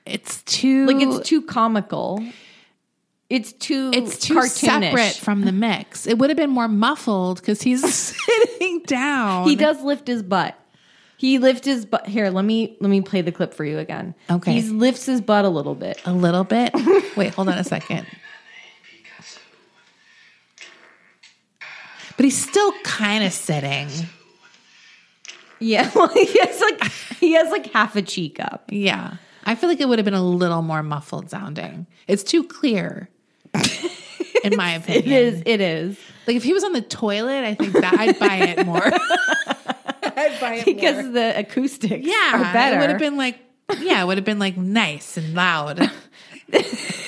[SPEAKER 5] It's too
[SPEAKER 3] like it's too comical it's too
[SPEAKER 5] it's too
[SPEAKER 3] cartoonish.
[SPEAKER 5] separate from the mix. It would have been more muffled because he's sitting down.
[SPEAKER 3] He does lift his butt. He lifts his butt. Here, let me let me play the clip for you again.
[SPEAKER 5] Okay.
[SPEAKER 3] He lifts his butt a little bit.
[SPEAKER 5] a little bit. Wait, hold on a second. But he's still kind of sitting.
[SPEAKER 3] Yeah, well, he has like he has like half a cheek up.
[SPEAKER 5] Yeah. I feel like it would have been a little more muffled sounding. It's too clear, in my
[SPEAKER 3] It
[SPEAKER 5] opinion.
[SPEAKER 3] is. It is
[SPEAKER 5] Like if he was on the toilet, I think that I'd buy it more. I'd buy it
[SPEAKER 3] because
[SPEAKER 5] more.
[SPEAKER 3] the acoustics
[SPEAKER 5] Yeah,
[SPEAKER 3] are better.
[SPEAKER 5] It would have been like yeah, it would have been like nice and loud. this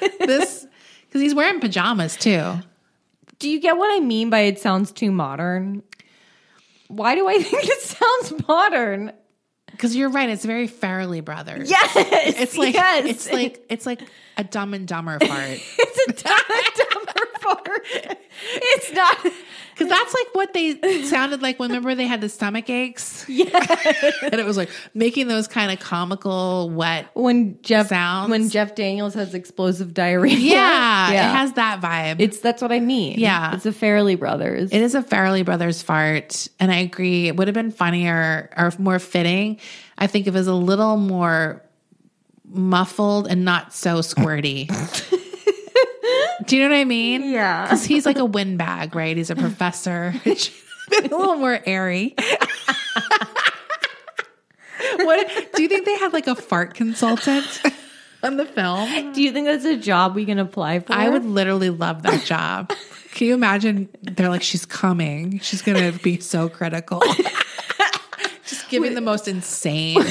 [SPEAKER 5] this because he's wearing pajamas too.
[SPEAKER 3] Do you get what I mean by it sounds too modern? Why do I think it sounds modern?
[SPEAKER 5] Because you're right, it's very Farrelly Brothers.
[SPEAKER 3] Yes,
[SPEAKER 5] It's like
[SPEAKER 3] yes.
[SPEAKER 5] it's like it's like a dumb and dumber fart.
[SPEAKER 3] it's a dumb and dumber fart. It's not.
[SPEAKER 5] Because that's like what they sounded like. when Remember they had the stomach aches? Yeah. and it was like making those kind of comical, wet.
[SPEAKER 3] when Jeff
[SPEAKER 5] Sounds.
[SPEAKER 3] when Jeff Daniels has explosive diarrhea.
[SPEAKER 5] Yeah.
[SPEAKER 3] yeah.
[SPEAKER 5] It has that vibe.
[SPEAKER 3] It's that's what I mean.
[SPEAKER 5] Yeah.
[SPEAKER 3] it's a Fairly Brothers.
[SPEAKER 5] It is a Farrelly Brothers fart, and I agree. It would have been funnier or more fitting. I think if it was a little more muffled and not so squirty. Do you know what I mean? Yeah. Because he's like a windbag, right? He's a professor. It should have been a little more airy. what do you think they had like a fart consultant on the film?
[SPEAKER 3] Do you think that's a job we can apply for?
[SPEAKER 5] I would literally love that job. Can you imagine? They're like, she's coming. She's going to be so critical. Just giving the most insane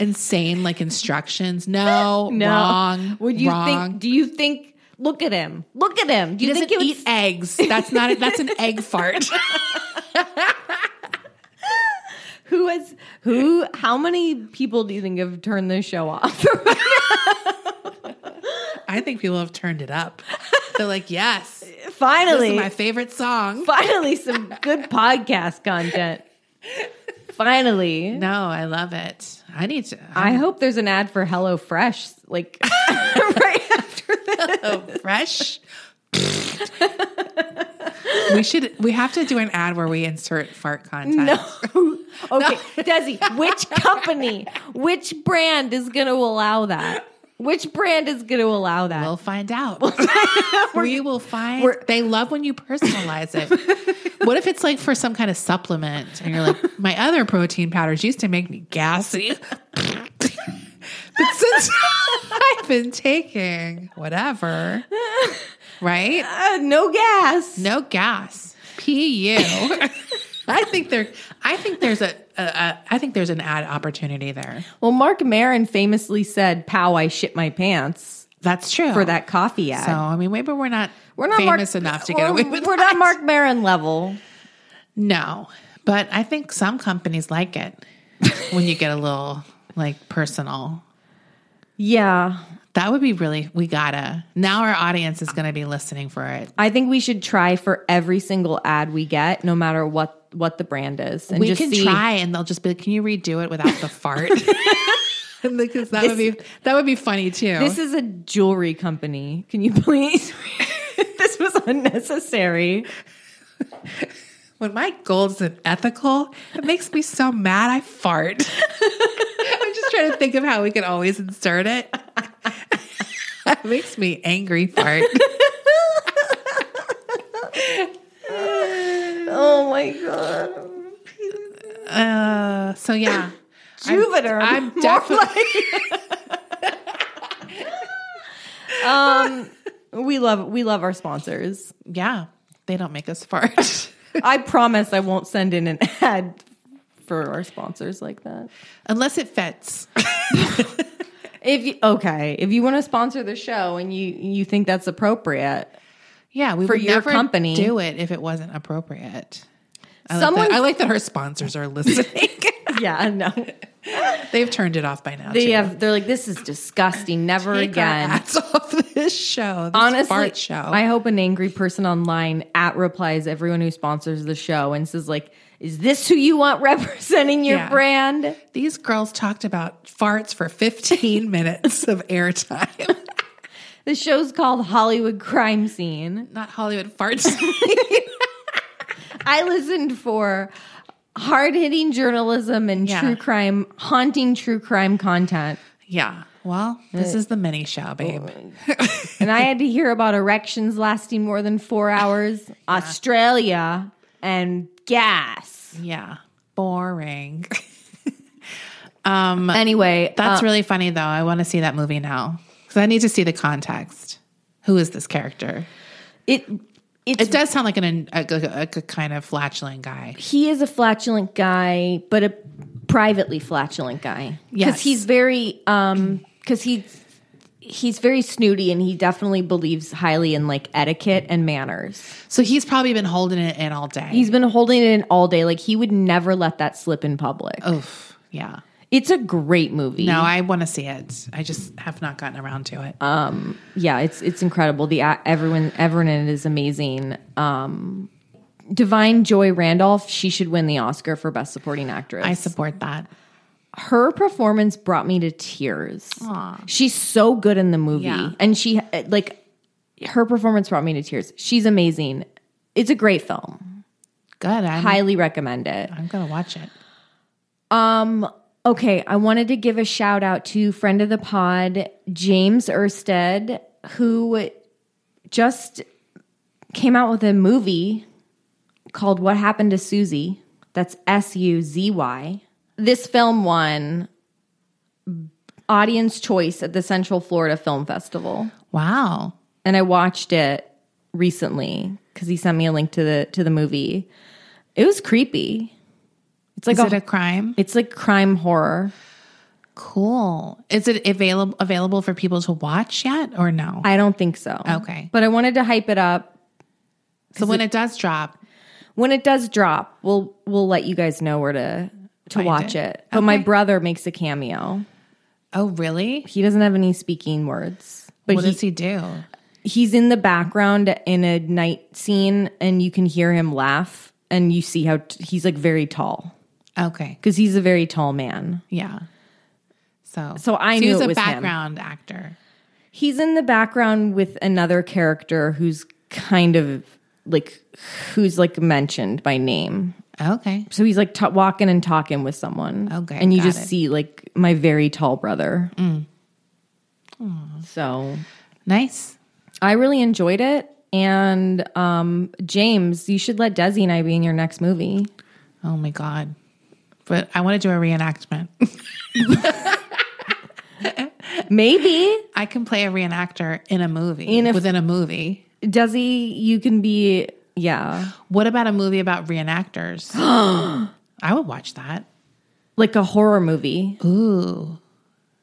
[SPEAKER 5] insane like instructions. No,
[SPEAKER 3] No.
[SPEAKER 5] wrong.
[SPEAKER 3] Would you
[SPEAKER 5] wrong.
[SPEAKER 3] think? Do you think? Look at him. Look at him. Do
[SPEAKER 5] he
[SPEAKER 3] you
[SPEAKER 5] doesn't
[SPEAKER 3] think it would
[SPEAKER 5] eat eggs? That's not. A, that's an egg fart.
[SPEAKER 3] Who has who? How many people do you think have turned this show off?
[SPEAKER 5] I think people have turned it up. They're like, yes, this is
[SPEAKER 3] finally,
[SPEAKER 5] my favorite song.
[SPEAKER 3] finally, some good podcast content. Finally,
[SPEAKER 5] No, I love it. I need to.
[SPEAKER 3] I hope there's an ad for Hello Fresh, like right after this.
[SPEAKER 5] Oh, fresh. we should. We have to do an ad where we insert fart content.
[SPEAKER 3] No. Okay, Desi, which company, which brand is going to allow that? Which brand is going to allow that?
[SPEAKER 5] We'll find out. we will find. They love when you personalize it. what if it's like for some kind of supplement and you're like, my other protein powders used to make me gassy. but since I've been taking whatever, right?
[SPEAKER 3] Uh, no gas.
[SPEAKER 5] No gas. Pu. I think there. I think there's a, a, a. I think there's an ad opportunity there.
[SPEAKER 3] Well, Mark Marin famously said, "Pow, I shit my pants."
[SPEAKER 5] That's true
[SPEAKER 3] For that coffee ad,
[SPEAKER 5] So I mean, maybe we're not
[SPEAKER 3] we're not
[SPEAKER 5] famous
[SPEAKER 3] Mark,
[SPEAKER 5] enough to
[SPEAKER 3] we're-
[SPEAKER 5] get away with.
[SPEAKER 3] We're
[SPEAKER 5] that.
[SPEAKER 3] not Mark Marin level.
[SPEAKER 5] No, but I think some companies like it when you get a little like personal.
[SPEAKER 3] Yeah,
[SPEAKER 5] That would be really. We gotta now. Our audience is going to be listening for it.
[SPEAKER 3] I think we should try for every single ad we get, no matter what what the brand is, and
[SPEAKER 5] we
[SPEAKER 3] just
[SPEAKER 5] can
[SPEAKER 3] see.
[SPEAKER 5] try, and they'll just be like, "Can you redo it without the fart?" because that would be that would be funny too.
[SPEAKER 3] This is a jewelry company. Can you please? this was unnecessary.
[SPEAKER 5] When my goal isn't ethical, it makes me so mad I fart. I'm just trying to think of how we can always insert it. it makes me angry fart.
[SPEAKER 3] Oh my god,
[SPEAKER 5] Uh, so yeah.
[SPEAKER 3] Jupiter.
[SPEAKER 5] I'm definitely
[SPEAKER 3] we love we love our sponsors.
[SPEAKER 5] Yeah. They don't make us fart.
[SPEAKER 3] I promise I won't send in an ad for our sponsors like that.
[SPEAKER 5] Unless it fits.
[SPEAKER 3] If you, okay, if you want to sponsor the show and you you think that's appropriate,
[SPEAKER 5] Yeah, we
[SPEAKER 3] For
[SPEAKER 5] would
[SPEAKER 3] your
[SPEAKER 5] never
[SPEAKER 3] company.
[SPEAKER 5] do it if it wasn't appropriate. I like,
[SPEAKER 3] Someone-
[SPEAKER 5] that. I like that her sponsors are listening.
[SPEAKER 3] yeah, no,
[SPEAKER 5] They've turned it off by now.
[SPEAKER 3] they
[SPEAKER 5] too.
[SPEAKER 3] have they're like this is disgusting. Never
[SPEAKER 5] Take our
[SPEAKER 3] again.
[SPEAKER 5] hats off this show. This
[SPEAKER 3] Honestly,
[SPEAKER 5] fart show.
[SPEAKER 3] I hope an angry person online at replies everyone who sponsors the show and says like, "Is this who you want representing your
[SPEAKER 5] Yeah.
[SPEAKER 3] brand?"
[SPEAKER 5] These girls talked about farts for 15 minutes of airtime.
[SPEAKER 3] The show's called Hollywood Crime Scene.
[SPEAKER 5] Not Hollywood farts.
[SPEAKER 3] I listened for hard-hitting journalism and
[SPEAKER 5] Yeah.
[SPEAKER 3] true crime, haunting true crime content.
[SPEAKER 5] yeah. Well, this is the mini show, babe.
[SPEAKER 3] and I had to hear about erections lasting more than four hours, Australia, and gas.
[SPEAKER 5] Yeah. Boring.
[SPEAKER 3] Anyway,
[SPEAKER 5] That's
[SPEAKER 3] that's
[SPEAKER 5] really funny, though. I want to see that movie now because I need to see the context. Who is this character?
[SPEAKER 3] it. It's,
[SPEAKER 5] It does sound like an a, a, a kind of flatulent guy.
[SPEAKER 3] he is a flatulent guy, but a privately flatulent guy.
[SPEAKER 5] Yes.
[SPEAKER 3] because he's very um because he he's very snooty and he definitely believes highly in like etiquette and manners.
[SPEAKER 5] So he's probably been holding it in all day.
[SPEAKER 3] He's been holding it in all day. Like he would never let that slip in public.
[SPEAKER 5] Oh. Oof. Yeah.
[SPEAKER 3] It's a great movie.
[SPEAKER 5] No, I want to see it. I just have not gotten around to it.
[SPEAKER 3] yeah, it's it's incredible. The a- everyone everyone in it is amazing. Um, Divine Joy Randolph, she should win the Oscar for Best Supporting Actress.
[SPEAKER 5] I support that.
[SPEAKER 3] Her performance brought me to tears. She's so good in the movie,
[SPEAKER 5] Yeah.
[SPEAKER 3] and she like her performance brought me to tears. She's amazing. It's a great film.
[SPEAKER 5] Good. I'm,
[SPEAKER 3] Highly recommend it.
[SPEAKER 5] I'm going to watch it.
[SPEAKER 3] Okay, I wanted to give a shout out to friend of the pod, James Ersted, who just came out with a movie called What Happened to Susie. That's S U Z Y. This film won audience choice at the Central Florida Film Festival.
[SPEAKER 5] Wow.
[SPEAKER 3] And I watched it recently cuz he sent me a link to the to the movie. It was creepy. It's like
[SPEAKER 5] Is
[SPEAKER 3] a,
[SPEAKER 5] it a crime?
[SPEAKER 3] it's like crime horror.
[SPEAKER 5] Cool. Is it available available for people to watch yet or no?
[SPEAKER 3] I don't think so.
[SPEAKER 5] Okay.
[SPEAKER 3] But I wanted to hype it up.
[SPEAKER 5] so when it, does drop,
[SPEAKER 3] When it does drop, we'll we'll let you guys know where to to watch it.
[SPEAKER 5] it.
[SPEAKER 3] But my
[SPEAKER 5] Okay.
[SPEAKER 3] brother makes a cameo.
[SPEAKER 5] oh really?
[SPEAKER 3] He doesn't have any speaking words. But
[SPEAKER 5] what
[SPEAKER 3] he,
[SPEAKER 5] does he do?
[SPEAKER 3] he's in the background in a night scene and you can hear him laugh and you see how t- he's like very tall
[SPEAKER 5] Okay,
[SPEAKER 3] because he's a very tall man.
[SPEAKER 5] yeah. So
[SPEAKER 3] So I knew
[SPEAKER 5] he's
[SPEAKER 3] it
[SPEAKER 5] a
[SPEAKER 3] was him.
[SPEAKER 5] background actor.
[SPEAKER 3] He's in the background with another character who's kind of like who's like mentioned by name.
[SPEAKER 5] Okay,
[SPEAKER 3] So he's like t- walking and talking with someone.
[SPEAKER 5] Okay,
[SPEAKER 3] And you
[SPEAKER 5] got
[SPEAKER 3] just
[SPEAKER 5] it. Mm.
[SPEAKER 3] see like my very tall brother. So
[SPEAKER 5] nice.
[SPEAKER 3] I really enjoyed it. And um, James, you should let Desi and I be in your next movie.
[SPEAKER 5] Oh my god! But I want to do a reenactment.
[SPEAKER 3] Maybe
[SPEAKER 5] I can play a reenactor in a movie
[SPEAKER 3] In a f-
[SPEAKER 5] within a movie.
[SPEAKER 3] Desi, you can be. Yeah,
[SPEAKER 5] What about a movie about reenactors? I would watch that.
[SPEAKER 3] like a horror movie.
[SPEAKER 5] Ooh.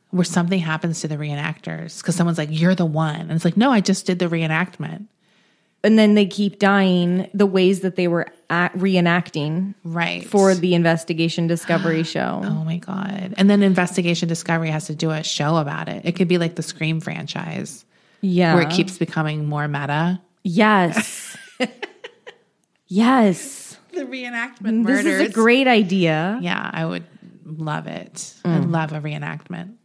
[SPEAKER 5] Where something happens to the reenactors because someone's like, you're the one. And it's like, no, I just did the reenactment.
[SPEAKER 3] And then they keep dying the ways that they were act- reenacting
[SPEAKER 5] Right.
[SPEAKER 3] for the investigation discovery show.
[SPEAKER 5] Oh my God. And then Investigation Discovery has to do a show about it. It could be like the Scream franchise
[SPEAKER 3] yeah.
[SPEAKER 5] where it keeps becoming more meta.
[SPEAKER 3] Yes. yes.
[SPEAKER 5] The reenactment murders.
[SPEAKER 3] This is a great idea.
[SPEAKER 5] yeah, I would love it. I
[SPEAKER 3] Mm.
[SPEAKER 5] love a reenactment.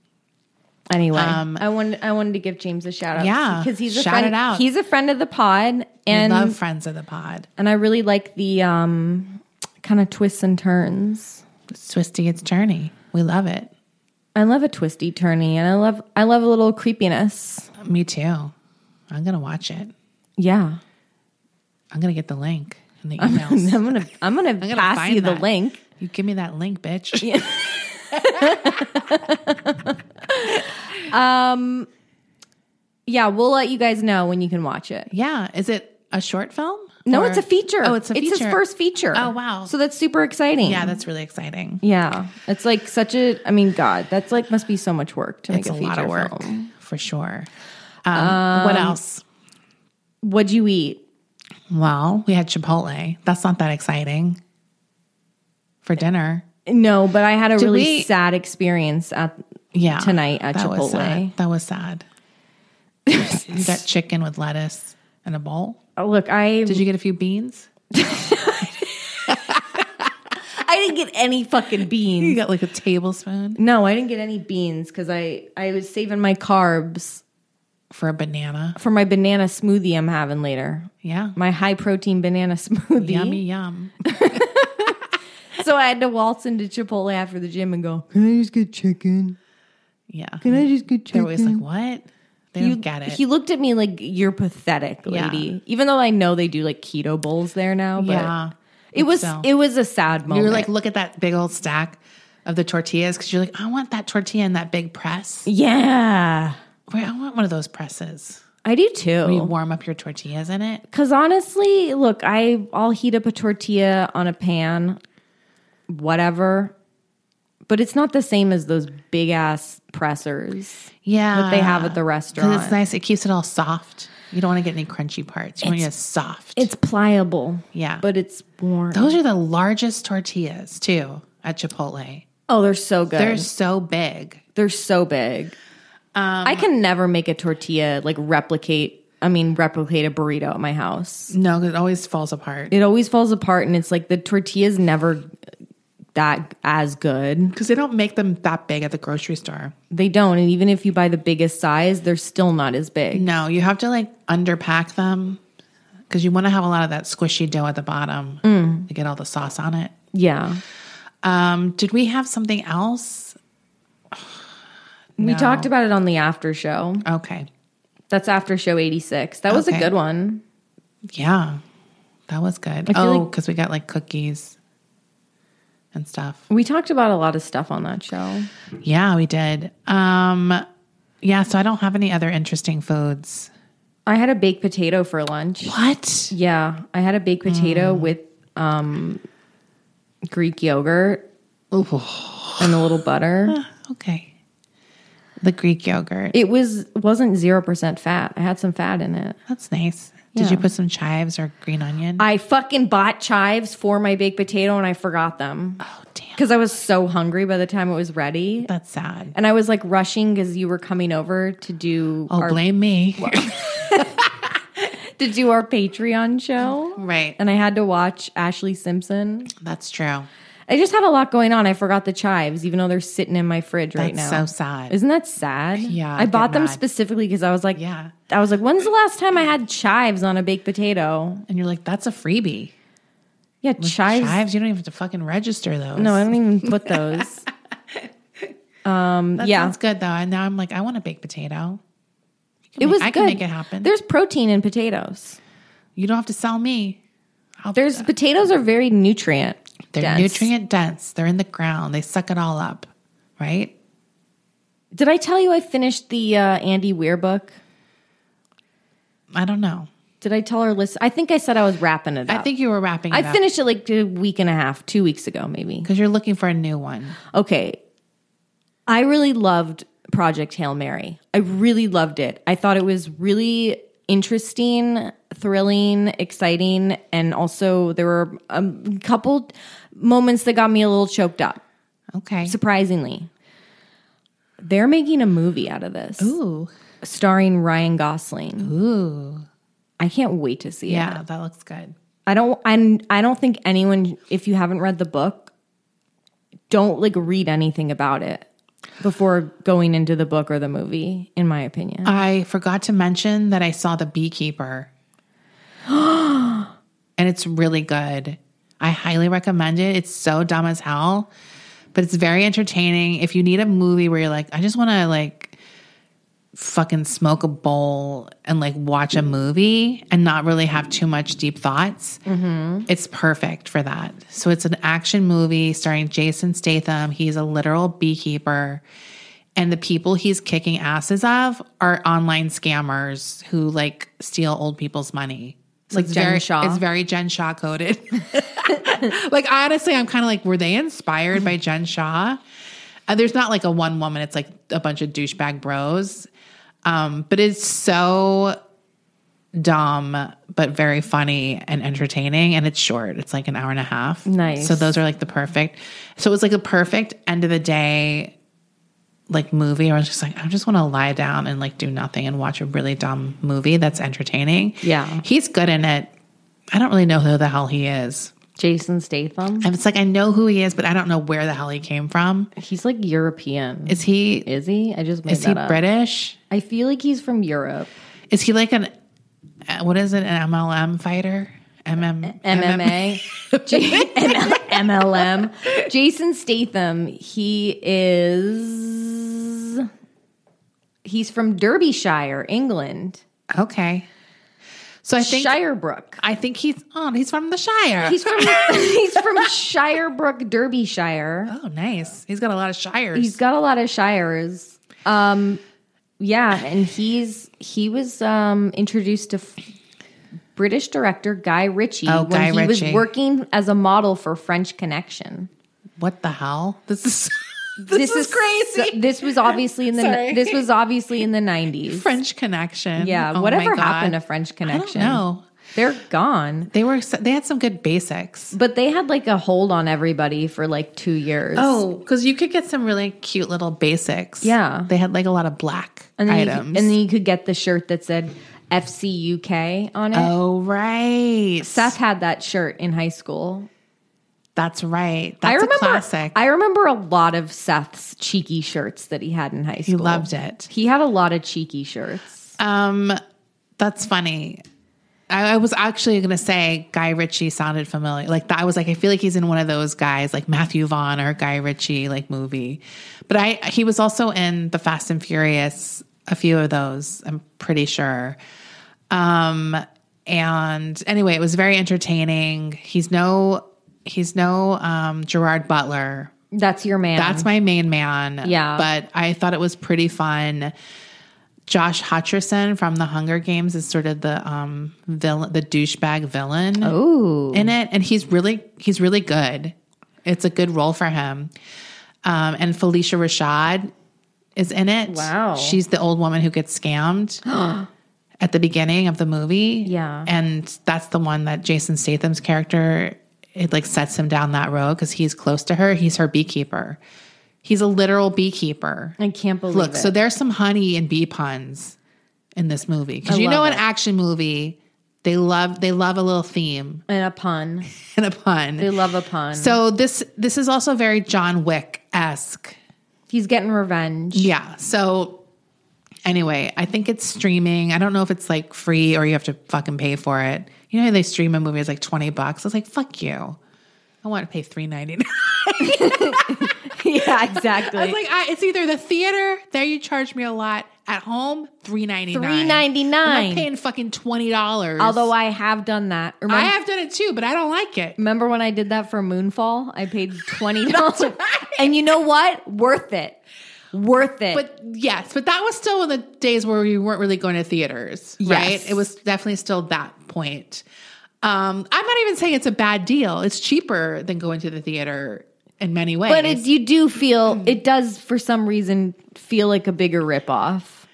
[SPEAKER 3] Anyway, I wanted I wanted to give James a shout out.
[SPEAKER 5] Um, Yeah,
[SPEAKER 3] because he's a
[SPEAKER 5] shout
[SPEAKER 3] friend.
[SPEAKER 5] it out.
[SPEAKER 3] He's a friend of the pod,
[SPEAKER 5] I
[SPEAKER 3] and
[SPEAKER 5] love Friends of the Pod.
[SPEAKER 3] and I really like the um kind of twists and turns.
[SPEAKER 5] It's twisty, it's journey. We love it.
[SPEAKER 3] I love a twisty turny, and I love I love a little creepiness.
[SPEAKER 5] Me too. I'm going to watch it.
[SPEAKER 3] Yeah,
[SPEAKER 5] I'm going to get the link in the emails.
[SPEAKER 3] I'm gonna I'm gonna,
[SPEAKER 5] gonna
[SPEAKER 3] pass
[SPEAKER 5] find
[SPEAKER 3] you the
[SPEAKER 5] that.
[SPEAKER 3] link.
[SPEAKER 5] You give me that link, bitch.
[SPEAKER 3] Yeah, we'll let you guys know when you can watch it.
[SPEAKER 5] Yeah. Is it a short film?
[SPEAKER 3] No,
[SPEAKER 5] Or-
[SPEAKER 3] it's a feature.
[SPEAKER 5] Oh, it's a feature.
[SPEAKER 3] It's his first feature.
[SPEAKER 5] Oh, wow.
[SPEAKER 3] So that's super exciting.
[SPEAKER 5] Yeah, that's really exciting.
[SPEAKER 3] yeah. It's like such a. I mean, God, that's like must be so much work to make
[SPEAKER 5] It's
[SPEAKER 3] a
[SPEAKER 5] a
[SPEAKER 3] feature
[SPEAKER 5] lot of work
[SPEAKER 3] film.
[SPEAKER 5] for sure. Um, what else?
[SPEAKER 3] What'd you eat?
[SPEAKER 5] Well, we had Chipotle. That's not that exciting for dinner.
[SPEAKER 3] No, but I had a really
[SPEAKER 5] we-
[SPEAKER 3] sad experience at
[SPEAKER 5] Yeah.
[SPEAKER 3] Tonight at
[SPEAKER 5] that Was
[SPEAKER 3] Chipotle.
[SPEAKER 5] sad. That was sad. you got chicken with lettuce and a bowl.
[SPEAKER 3] Oh, look, I
[SPEAKER 5] Did you get a few beans?
[SPEAKER 3] I didn't get any fucking
[SPEAKER 5] You
[SPEAKER 3] beans.
[SPEAKER 5] got like a tablespoon
[SPEAKER 3] No, I didn't get any beans cuz I I was saving my carbs
[SPEAKER 5] for a banana.
[SPEAKER 3] for my banana smoothie I'm having later.
[SPEAKER 5] Yeah.
[SPEAKER 3] My high protein banana smoothie.
[SPEAKER 5] Yummy, yum.
[SPEAKER 3] So I had to waltz into Chipotle after the gym and go, "Can I just get chicken?
[SPEAKER 5] Yeah.
[SPEAKER 3] Can I just get
[SPEAKER 5] They're
[SPEAKER 3] chicken?"
[SPEAKER 5] always like, what? They don't get it.
[SPEAKER 3] He looked at me like, "You're pathetic,
[SPEAKER 5] Yeah.
[SPEAKER 3] lady." Even though I know they do like keto bowls there now, but
[SPEAKER 5] yeah.
[SPEAKER 3] it was
[SPEAKER 5] so.
[SPEAKER 3] it was a sad moment.
[SPEAKER 5] You're like, look at that big old stack of the tortillas because you're like, I want that tortilla in that big press.
[SPEAKER 3] "Yeah."
[SPEAKER 5] Where I want one of those presses.
[SPEAKER 3] I do
[SPEAKER 5] You
[SPEAKER 3] too.
[SPEAKER 5] warm up your tortillas in it.
[SPEAKER 3] Because honestly, look, I I'll heat up a tortilla on a pan, whatever. But it's not the same as those big ass pressers.
[SPEAKER 5] Yeah,
[SPEAKER 3] What they have at the
[SPEAKER 5] 'Cause
[SPEAKER 3] restaurant.
[SPEAKER 5] It's nice. It keeps it all soft. You don't want to get any crunchy parts. You want it soft.
[SPEAKER 3] It's pliable.
[SPEAKER 5] Yeah.
[SPEAKER 3] But it's warm.
[SPEAKER 5] those are the largest tortillas too at Chipotle.
[SPEAKER 3] oh, they're so good.
[SPEAKER 5] They're
[SPEAKER 3] They're,
[SPEAKER 5] so big.
[SPEAKER 3] so big. I can never make a tortilla like replicate I mean replicate a burrito at my house.
[SPEAKER 5] No, 'cause it always falls apart
[SPEAKER 3] It always falls apart and it's like the tortilla's never that as good.
[SPEAKER 5] because they don't make them that big at the grocery store.
[SPEAKER 3] They don't. And even if you buy the biggest size, they're still not as big.
[SPEAKER 5] No, you have to like underpack them because you want to have a lot of that squishy dough at the bottom
[SPEAKER 3] Mm.
[SPEAKER 5] to get all the sauce on it.
[SPEAKER 3] Yeah.
[SPEAKER 5] Um, did we have something else?
[SPEAKER 3] We talked about it on the after show.
[SPEAKER 5] Okay.
[SPEAKER 3] That's after show 86. That was a
[SPEAKER 5] Okay.
[SPEAKER 3] good one.
[SPEAKER 5] Yeah, that was good.
[SPEAKER 3] feel
[SPEAKER 5] Oh,
[SPEAKER 3] like-
[SPEAKER 5] because we got like cookies and stuff.
[SPEAKER 3] We talked about a lot of stuff on that show.
[SPEAKER 5] Yeah, we did. Um, yeah, so I don't have any other interesting foods.
[SPEAKER 3] I had a baked potato for lunch.
[SPEAKER 5] What?
[SPEAKER 3] Yeah. I had a baked potato
[SPEAKER 5] Mm.
[SPEAKER 3] with um, Greek yogurt and a little butter.
[SPEAKER 5] Okay. The Greek yogurt.
[SPEAKER 3] It was wasn't zero percent fat. I had some fat in it.
[SPEAKER 5] That's nice. Did you put some chives or green onion?
[SPEAKER 3] I fucking bought chives for my baked potato and I forgot them
[SPEAKER 5] oh, damn.
[SPEAKER 3] because I was so hungry by the time it was ready.
[SPEAKER 5] That's sad.
[SPEAKER 3] And I was like rushing because you were coming over to do
[SPEAKER 5] Oh,
[SPEAKER 3] our,
[SPEAKER 5] blame me.
[SPEAKER 3] to do our Patreon show.
[SPEAKER 5] right.
[SPEAKER 3] And I had to watch Ashley Simpson.
[SPEAKER 5] That's true.
[SPEAKER 3] I just had a lot going on. I forgot the chives, even though they're sitting in my fridge right
[SPEAKER 5] That's
[SPEAKER 3] now.
[SPEAKER 5] so sad.
[SPEAKER 3] Isn't that sad?
[SPEAKER 5] Yeah,
[SPEAKER 3] I bought
[SPEAKER 5] they're
[SPEAKER 3] them
[SPEAKER 5] bad.
[SPEAKER 3] specifically because I was like,
[SPEAKER 5] Yeah.
[SPEAKER 3] I was like, when's the last time I had chives on a baked potato?
[SPEAKER 5] and you're like, that's a freebie.
[SPEAKER 3] Yeah, chives.
[SPEAKER 5] Chives, you don't even have to fucking register those.
[SPEAKER 3] No, I don't even put those. um,
[SPEAKER 5] that
[SPEAKER 3] yeah,
[SPEAKER 5] sounds good though. And now I'm like, I want a baked potato. You can
[SPEAKER 3] it
[SPEAKER 5] make-
[SPEAKER 3] was
[SPEAKER 5] I
[SPEAKER 3] good.
[SPEAKER 5] can make it happen.
[SPEAKER 3] There's protein in potatoes.
[SPEAKER 5] you don't have to sell me. I'll,
[SPEAKER 3] There's potatoes are very nutrient.
[SPEAKER 5] they're
[SPEAKER 3] dense.
[SPEAKER 5] nutrient dense. They're in the ground. They suck it all up, right?
[SPEAKER 3] Did I tell you I finished the uh, Andy Weir book?
[SPEAKER 5] I don't know.
[SPEAKER 3] Did I tell our list? I think I said I was wrapping it up.
[SPEAKER 5] I think you were wrapping. It
[SPEAKER 3] I finished it like a week and a half, two weeks ago, maybe.
[SPEAKER 5] because you're looking for a new one.
[SPEAKER 3] Okay. I really loved Project Hail Mary. I really loved it. I thought it was really interesting, thrilling, exciting, and also there were a couple moments that got me a little choked up,
[SPEAKER 5] Okay.
[SPEAKER 3] surprisingly. They're making a movie out of this
[SPEAKER 5] Ooh,
[SPEAKER 3] starring Ryan Gosling.
[SPEAKER 5] ooh,
[SPEAKER 3] I can't wait to see it.
[SPEAKER 5] yeah, that looks good.
[SPEAKER 3] I don't I'm I don't think anyone if you haven't read the book don't like read anything about it before going into the book or the movie in my opinion.
[SPEAKER 5] I forgot to mention that I saw The Beekeeper. and it's really good. I highly recommend it. It's so dumb as hell, but it's very entertaining. If you need a movie where you're like, I just want to like fucking smoke a bowl and like watch a movie and not really have too much deep thoughts,
[SPEAKER 3] Mm-hmm.
[SPEAKER 5] it's perfect for that. So it's an action movie starring Jason Statham. He's a literal beekeeper. And the people he's kicking asses of are online scammers who like steal old people's money. So
[SPEAKER 3] Like
[SPEAKER 5] it's
[SPEAKER 3] Jen
[SPEAKER 5] very,
[SPEAKER 3] Shaw?
[SPEAKER 5] It's very Jen Shaw coded. like honestly, I'm kind of like, were they inspired by Jen Shaw? Uh, there's not like a one woman. It's like a bunch of douchebag bros. Um, but it's so dumb, but very funny and entertaining. And it's short. It's like an hour and a half.
[SPEAKER 3] Nice.
[SPEAKER 5] So those are like the perfect. So it was like a perfect end of the day like movie. I was just like, I just want to lie down and like do nothing and watch a really dumb movie that's entertaining.
[SPEAKER 3] Yeah.
[SPEAKER 5] He's good in it. I don't really know who the hell he is.
[SPEAKER 3] Jason Statham.
[SPEAKER 5] And it's like I know who he is, but I don't know where the hell he came from.
[SPEAKER 3] He's like European.
[SPEAKER 5] Is he is,
[SPEAKER 3] Is he? I just made
[SPEAKER 5] he
[SPEAKER 3] that up.
[SPEAKER 5] British?
[SPEAKER 3] I feel like he's from Europe.
[SPEAKER 5] Is he like an uh, what is it? An MLM fighter? MM
[SPEAKER 3] MMA, J- M- MLM. Jason Statham, he is he's from Derbyshire, England.
[SPEAKER 5] Okay. So I think
[SPEAKER 3] Shirebrook.
[SPEAKER 5] I think he's oh he's from the Shire.
[SPEAKER 3] He's from he's from Shirebrook, Derbyshire.
[SPEAKER 5] oh nice. He's got a lot of shires.
[SPEAKER 3] He's got a lot of shires. Um, yeah, and he's he was um, introduced to f- British director Guy Ritchie
[SPEAKER 5] Oh,
[SPEAKER 3] when
[SPEAKER 5] Guy
[SPEAKER 3] he was
[SPEAKER 5] Ritchie.
[SPEAKER 3] working as a model for French Connection.
[SPEAKER 5] what the hell? This is this, is, crazy.
[SPEAKER 3] so- this was obviously in the
[SPEAKER 5] Sorry.
[SPEAKER 3] this was obviously in the nineties.
[SPEAKER 5] French Connection.
[SPEAKER 3] yeah,
[SPEAKER 5] Oh my
[SPEAKER 3] whatever
[SPEAKER 5] God.
[SPEAKER 3] happened to French Connection?
[SPEAKER 5] I don't know.
[SPEAKER 3] They're gone.
[SPEAKER 5] They were they had some good basics.
[SPEAKER 3] But they had like a hold on everybody for like two years.
[SPEAKER 5] Oh, because you could get some really cute little basics.
[SPEAKER 3] Yeah.
[SPEAKER 5] They had like a lot of black
[SPEAKER 3] and then You,
[SPEAKER 5] items.
[SPEAKER 3] could- and then you could get the shirt that said FC UK on it.
[SPEAKER 5] oh, right.
[SPEAKER 3] Seth had that shirt in high school.
[SPEAKER 5] That's right. That's
[SPEAKER 3] I remember.
[SPEAKER 5] a classic.
[SPEAKER 3] I remember a lot of Seth's cheeky shirts that he had in high school.
[SPEAKER 5] loved it.
[SPEAKER 3] He had a lot of cheeky shirts.
[SPEAKER 5] um, that's funny. I, I was actually going to say Guy Ritchie sounded familiar. Like that, I was like, I feel like he's in one of those guys, like Matthew Vaughn or Guy Ritchie, like movie. But I, he was also in the Fast and Furious, a few of those. I'm pretty sure. Um, and anyway, it was very entertaining. He's no, he's no um, Gerard Butler,
[SPEAKER 3] That's your man.
[SPEAKER 5] that's my main man.
[SPEAKER 3] Yeah.
[SPEAKER 5] But I thought it was pretty fun. Josh Hutcherson from The Hunger Games is sort of the um villain the douchebag villain
[SPEAKER 3] Ooh.
[SPEAKER 5] in it. And he's really he's really good. It's a good role for him. Um and Felicia Rashad is in it.
[SPEAKER 3] Wow.
[SPEAKER 5] She's the old woman who gets scammed at the beginning of the movie.
[SPEAKER 3] Yeah.
[SPEAKER 5] And that's the one that Jason Statham's character, it like sets him down that road because he's close to her. He's her beekeeper. He's a literal beekeeper.
[SPEAKER 3] I can't believe
[SPEAKER 5] Look,
[SPEAKER 3] it.
[SPEAKER 5] so there's some honey and bee puns in this movie. Because you know an action movie, they love they love a little theme
[SPEAKER 3] and a pun.
[SPEAKER 5] and a pun.
[SPEAKER 3] They love a pun.
[SPEAKER 5] So this this is also very John Wick esque.
[SPEAKER 3] He's getting revenge.
[SPEAKER 5] Yeah. So anyway, I think it's streaming. I don't know if it's like free or you have to fucking pay for it. You know how they stream a movie is like twenty bucks. I was like, fuck you. I want to pay three ninety nine.
[SPEAKER 3] yeah,
[SPEAKER 5] I was
[SPEAKER 3] exactly.
[SPEAKER 5] like, I, it's either the theater there you charge me a lot at home three ninety nine. I'm
[SPEAKER 3] $3.99.
[SPEAKER 5] not paying fucking twenty dollars.
[SPEAKER 3] Although I have done that. Remember,
[SPEAKER 5] I have done it too, but I don't like it.
[SPEAKER 3] remember when I did that for Moonfall? I paid twenty dollars, and you know what? Worth it. Worth it.
[SPEAKER 5] But yes, but that was still in the days where we weren't really going to theaters, right? It was definitely still that point. Um, I'm not even saying it's a bad deal. It's cheaper than going to the theater in many ways.
[SPEAKER 3] But it, you do feel it does for some reason feel like a bigger ripoff.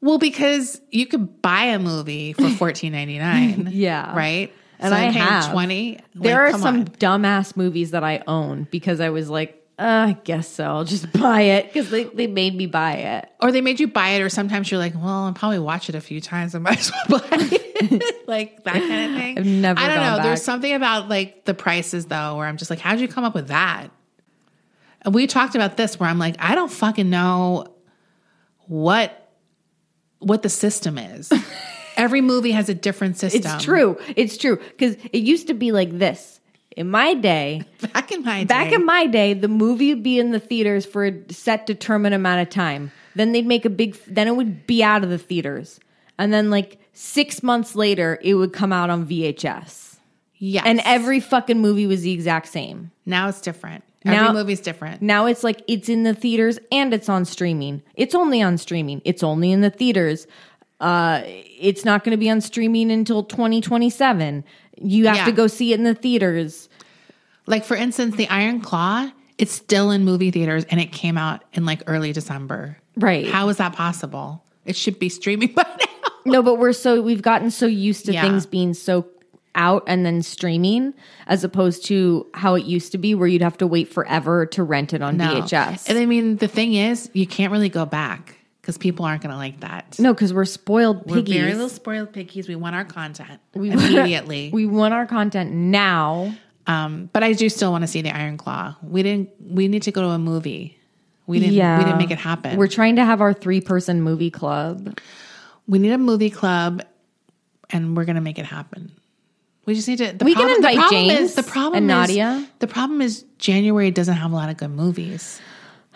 [SPEAKER 5] well, because you could buy a movie for $14.99.
[SPEAKER 3] Yeah.
[SPEAKER 5] Right?
[SPEAKER 3] And I
[SPEAKER 5] I'm paying
[SPEAKER 3] have.
[SPEAKER 5] 20.
[SPEAKER 3] There
[SPEAKER 5] Like,
[SPEAKER 3] are
[SPEAKER 5] come
[SPEAKER 3] some
[SPEAKER 5] on.
[SPEAKER 3] dumbass movies that I own because I was like, uh, I guess so. I'll just buy it because they, they made me buy it.
[SPEAKER 5] or they made you buy it, or sometimes you're like, well, I'll probably watch it a few times. I might as well buy it. like that kind of thing.
[SPEAKER 3] I've never
[SPEAKER 5] I don't
[SPEAKER 3] gone
[SPEAKER 5] know.
[SPEAKER 3] back.
[SPEAKER 5] There's something about like the prices though, where I'm just like, how'd you come up with that? And we talked about this where I'm like, I don't fucking know what what the system is. Every movie has a different system.
[SPEAKER 3] It's true. It's true because it used to be like this in my day.
[SPEAKER 5] Back in my
[SPEAKER 3] Back
[SPEAKER 5] day,
[SPEAKER 3] in my day, the movie would be in the theaters for a set determined amount of time. Then they'd make a big. Then it would be out of the theaters, and then like six months later, it would come out on VHS.
[SPEAKER 5] yes.
[SPEAKER 3] And every fucking movie was the exact same.
[SPEAKER 5] now it's different.
[SPEAKER 3] Now-
[SPEAKER 5] every movie's different.
[SPEAKER 3] Now it's like it's in the theaters and it's on streaming. It's only on streaming. It's only in the theaters. Uh, it's not going to be on streaming until 2027. You have
[SPEAKER 5] Yeah.
[SPEAKER 3] to go see it in the theaters.
[SPEAKER 5] Like for instance, the Iron Claw, it's still in movie theaters and it came out in like early December.
[SPEAKER 3] Right.
[SPEAKER 5] How is that possible? It should be streaming by now.
[SPEAKER 3] No, but we're so we've gotten so used to
[SPEAKER 5] Yeah.
[SPEAKER 3] things being so out and then streaming as opposed to how it used to be where you'd have to wait forever to rent it on VHS.
[SPEAKER 5] And I mean, the thing is, you can't really go back because people aren't going to like that.
[SPEAKER 3] no, because we're spoiled
[SPEAKER 5] We're
[SPEAKER 3] piggies.
[SPEAKER 5] very little spoiled piggies. We want our content immediately.
[SPEAKER 3] we want our content now.
[SPEAKER 5] um, but I do still want to see the Iron Claw. We didn't. We need to go to a movie. We didn't.
[SPEAKER 3] Yeah.
[SPEAKER 5] We didn't make it happen.
[SPEAKER 3] We're trying to have our three person movie club.
[SPEAKER 5] we need a movie club, and we're going to make it happen. We just need to. The
[SPEAKER 3] We can
[SPEAKER 5] problem, the
[SPEAKER 3] invite
[SPEAKER 5] problem
[SPEAKER 3] James
[SPEAKER 5] is, the problem
[SPEAKER 3] and
[SPEAKER 5] is,
[SPEAKER 3] Nadia.
[SPEAKER 5] The problem is January doesn't have a lot of good movies.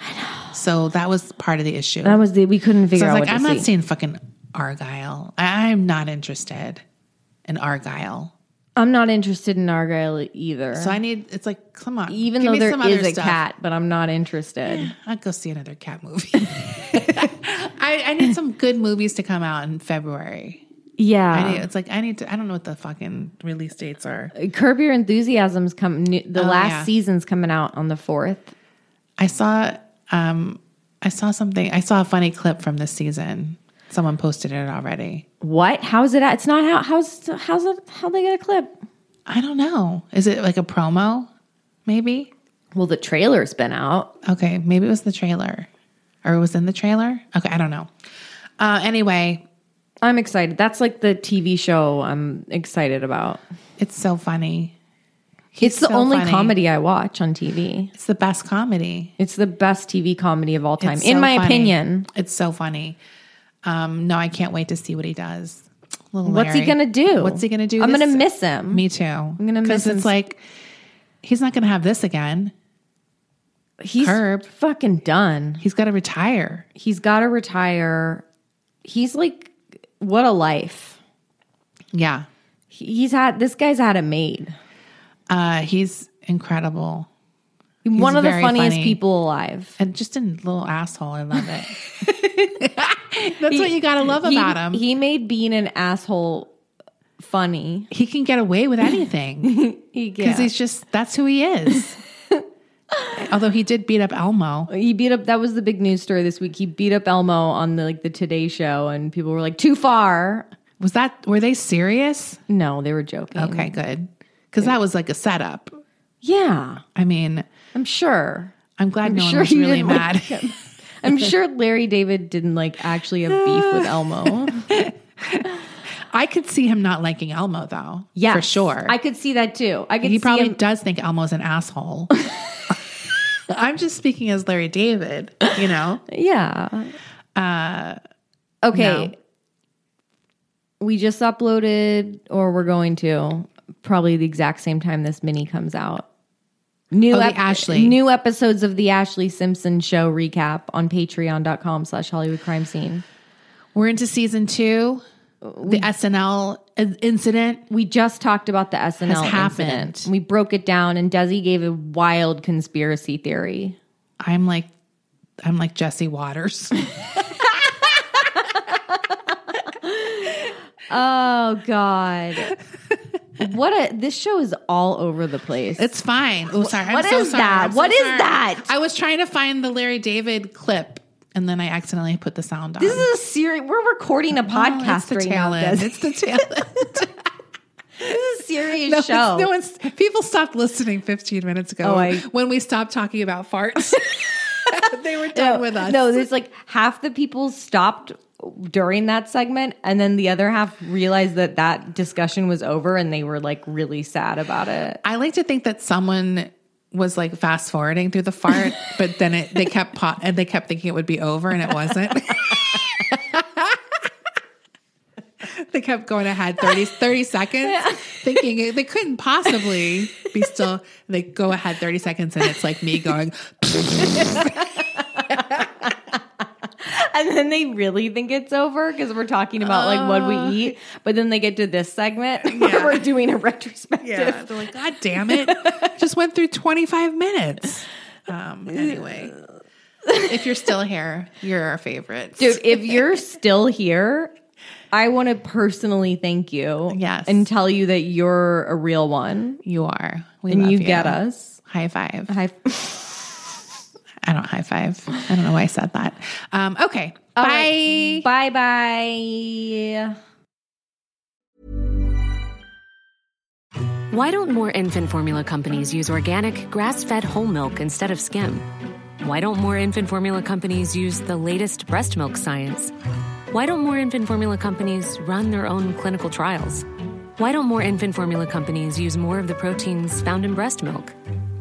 [SPEAKER 5] I know. So that was part of the issue.
[SPEAKER 3] That was the we couldn't figure
[SPEAKER 5] So I
[SPEAKER 3] out
[SPEAKER 5] was like,
[SPEAKER 3] what
[SPEAKER 5] I'm
[SPEAKER 3] to
[SPEAKER 5] not
[SPEAKER 3] see.
[SPEAKER 5] seeing fucking Argyle. I- I'm not interested in Argyle.
[SPEAKER 3] I'm not interested in Argyle either.
[SPEAKER 5] So I need. It's like, come on.
[SPEAKER 3] Even
[SPEAKER 5] give
[SPEAKER 3] though
[SPEAKER 5] me
[SPEAKER 3] there
[SPEAKER 5] some
[SPEAKER 3] is
[SPEAKER 5] other
[SPEAKER 3] a
[SPEAKER 5] stuff.
[SPEAKER 3] cat, but I'm not interested.
[SPEAKER 5] I'll go see another cat movie. I, I need some good movies to come out in February. I need,
[SPEAKER 3] Yeah.
[SPEAKER 5] it's like I need to. I don't know what the fucking release dates are.
[SPEAKER 3] Curb Your Enthusiasm's come new, the
[SPEAKER 5] Oh,
[SPEAKER 3] last
[SPEAKER 5] yeah.
[SPEAKER 3] season's coming out on the 4th.
[SPEAKER 5] I saw. Um, I saw something. I saw a funny clip from this season. Someone posted it already.
[SPEAKER 3] What? How's it at? It's not how how's how's it how they get a clip?
[SPEAKER 5] I don't know. Is it like a promo? Maybe.
[SPEAKER 3] Well, the trailer's been out.
[SPEAKER 5] Okay, maybe it was the trailer, or it was in the trailer. Okay, I don't know. Uh, anyway,
[SPEAKER 3] I'm excited. That's like the TV show I'm excited about.
[SPEAKER 5] it's so funny.
[SPEAKER 3] it's the
[SPEAKER 5] so
[SPEAKER 3] only
[SPEAKER 5] funny.
[SPEAKER 3] comedy I watch on TV.
[SPEAKER 5] It's the best comedy.
[SPEAKER 3] It's the best TV comedy of all time,
[SPEAKER 5] It's
[SPEAKER 3] in
[SPEAKER 5] so
[SPEAKER 3] my
[SPEAKER 5] funny.
[SPEAKER 3] opinion.
[SPEAKER 5] It's so funny. Um, no, I can't wait to see what he does. Little
[SPEAKER 3] What's he
[SPEAKER 5] Larry.
[SPEAKER 3] gonna do?
[SPEAKER 5] What's he gonna do?
[SPEAKER 3] I'm
[SPEAKER 5] this-
[SPEAKER 3] gonna miss him.
[SPEAKER 5] Me too. I'm
[SPEAKER 3] gonna miss him.
[SPEAKER 5] it's like he's not gonna have this again.
[SPEAKER 3] He's
[SPEAKER 5] Curb.
[SPEAKER 3] fucking done.
[SPEAKER 5] He's got to retire.
[SPEAKER 3] He's got to retire. He's like, what a life.
[SPEAKER 5] Yeah,
[SPEAKER 3] He- He's had this guy's had it made.
[SPEAKER 5] uh, he's incredible
[SPEAKER 3] One of the
[SPEAKER 5] very
[SPEAKER 3] funniest
[SPEAKER 5] funny.
[SPEAKER 3] people alive.
[SPEAKER 5] and just a little asshole. I love it. That's what you gotta love
[SPEAKER 3] He-
[SPEAKER 5] about him.
[SPEAKER 3] He made being an asshole funny.
[SPEAKER 5] he can get away with anything
[SPEAKER 3] He, yeah.
[SPEAKER 5] because he's just that's who he is. Although he did beat up Elmo.
[SPEAKER 3] He beat up. That was the big news story this week. He beat up Elmo on the like the Today Show, and people were like, "Too far."
[SPEAKER 5] Was that, were they serious?
[SPEAKER 3] No, they were joking.
[SPEAKER 5] Okay, good. Because that was like a setup.
[SPEAKER 3] Yeah,
[SPEAKER 5] I mean,
[SPEAKER 3] I'm sure.
[SPEAKER 5] I'm glad no
[SPEAKER 3] sure
[SPEAKER 5] one was
[SPEAKER 3] you
[SPEAKER 5] really
[SPEAKER 3] didn't like
[SPEAKER 5] mad.
[SPEAKER 3] I'm sure Larry David didn't like actually have beef with Elmo.
[SPEAKER 5] I could see him not liking Elmo though.
[SPEAKER 3] Yeah,
[SPEAKER 5] For sure.
[SPEAKER 3] I could see that too. I could.
[SPEAKER 5] he
[SPEAKER 3] see
[SPEAKER 5] probably
[SPEAKER 3] him-
[SPEAKER 5] does think Elmo's an asshole. I'm just speaking as Larry David, you know?
[SPEAKER 3] Yeah. Uh, okay. We just uploaded, or we're going to probably the exact same time this mini comes out. New
[SPEAKER 5] Oh, the Ashley.
[SPEAKER 3] new episodes of the Ashley Simpson Show recap on Patreon.com slash Hollywood Crime Scene.
[SPEAKER 5] We're into season two. The SNL in- incident.
[SPEAKER 3] We just talked about the SNL
[SPEAKER 5] happened.
[SPEAKER 3] incident. We broke it down, and Desi gave a wild conspiracy theory.
[SPEAKER 5] I'm like, I'm like Jesse Waters.
[SPEAKER 3] Oh God! what a this show is all over the place.
[SPEAKER 5] It's fine. Oh, sorry.
[SPEAKER 3] What
[SPEAKER 5] I'm so
[SPEAKER 3] is
[SPEAKER 5] sorry.
[SPEAKER 3] that?
[SPEAKER 5] I'm so
[SPEAKER 3] What is
[SPEAKER 5] sorry.
[SPEAKER 3] that?
[SPEAKER 5] I was trying to find the Larry David clip, and then I accidentally put the sound on.
[SPEAKER 3] This is a series. We're recording a
[SPEAKER 5] Oh,
[SPEAKER 3] podcast
[SPEAKER 5] it's
[SPEAKER 3] right
[SPEAKER 5] the
[SPEAKER 3] now.
[SPEAKER 5] tail end.
[SPEAKER 3] Des.
[SPEAKER 5] It's the tail end.
[SPEAKER 3] This is a serious
[SPEAKER 5] No, it's-
[SPEAKER 3] show.
[SPEAKER 5] no one's, people stopped listening 15 minutes ago
[SPEAKER 3] Oh, I-
[SPEAKER 5] when we stopped talking about farts. they were done
[SPEAKER 3] no,
[SPEAKER 5] with us.
[SPEAKER 3] No, there's like half the people stopped during that segment, and then the other half realized that that discussion was over, and they were like really sad about it.
[SPEAKER 5] I like to think that someone was like fast forwarding through the fart, but then it they kept pot and they kept thinking it would be over and it wasn't. they kept going ahead 30, 30 seconds thinking it- they couldn't possibly be still they go ahead 30 seconds and it's like me going
[SPEAKER 3] And then they really think it's over because we're talking about like what we eat, but then they get to this segment where we're doing a retrospective.
[SPEAKER 5] yeah they're like god damn it just went through 25 minutes um anyway if you're still here you're our favorites
[SPEAKER 3] Dude, if you're still here, I want to personally thank you.
[SPEAKER 5] Yes.
[SPEAKER 3] And tell you that you're a real one
[SPEAKER 5] you are we
[SPEAKER 3] and
[SPEAKER 5] love
[SPEAKER 3] you, get us.
[SPEAKER 5] high five
[SPEAKER 3] Hi.
[SPEAKER 5] I don't high five. I don't know why I said that. Um, okay. Bye.
[SPEAKER 3] Bye bye.
[SPEAKER 2] Why don't more infant formula companies use organic, grass fed whole milk instead of skim? Why don't more infant formula companies use the latest breast milk science? Why don't more infant formula companies run their own clinical trials? Why don't more infant formula companies use more of the proteins found in breast milk?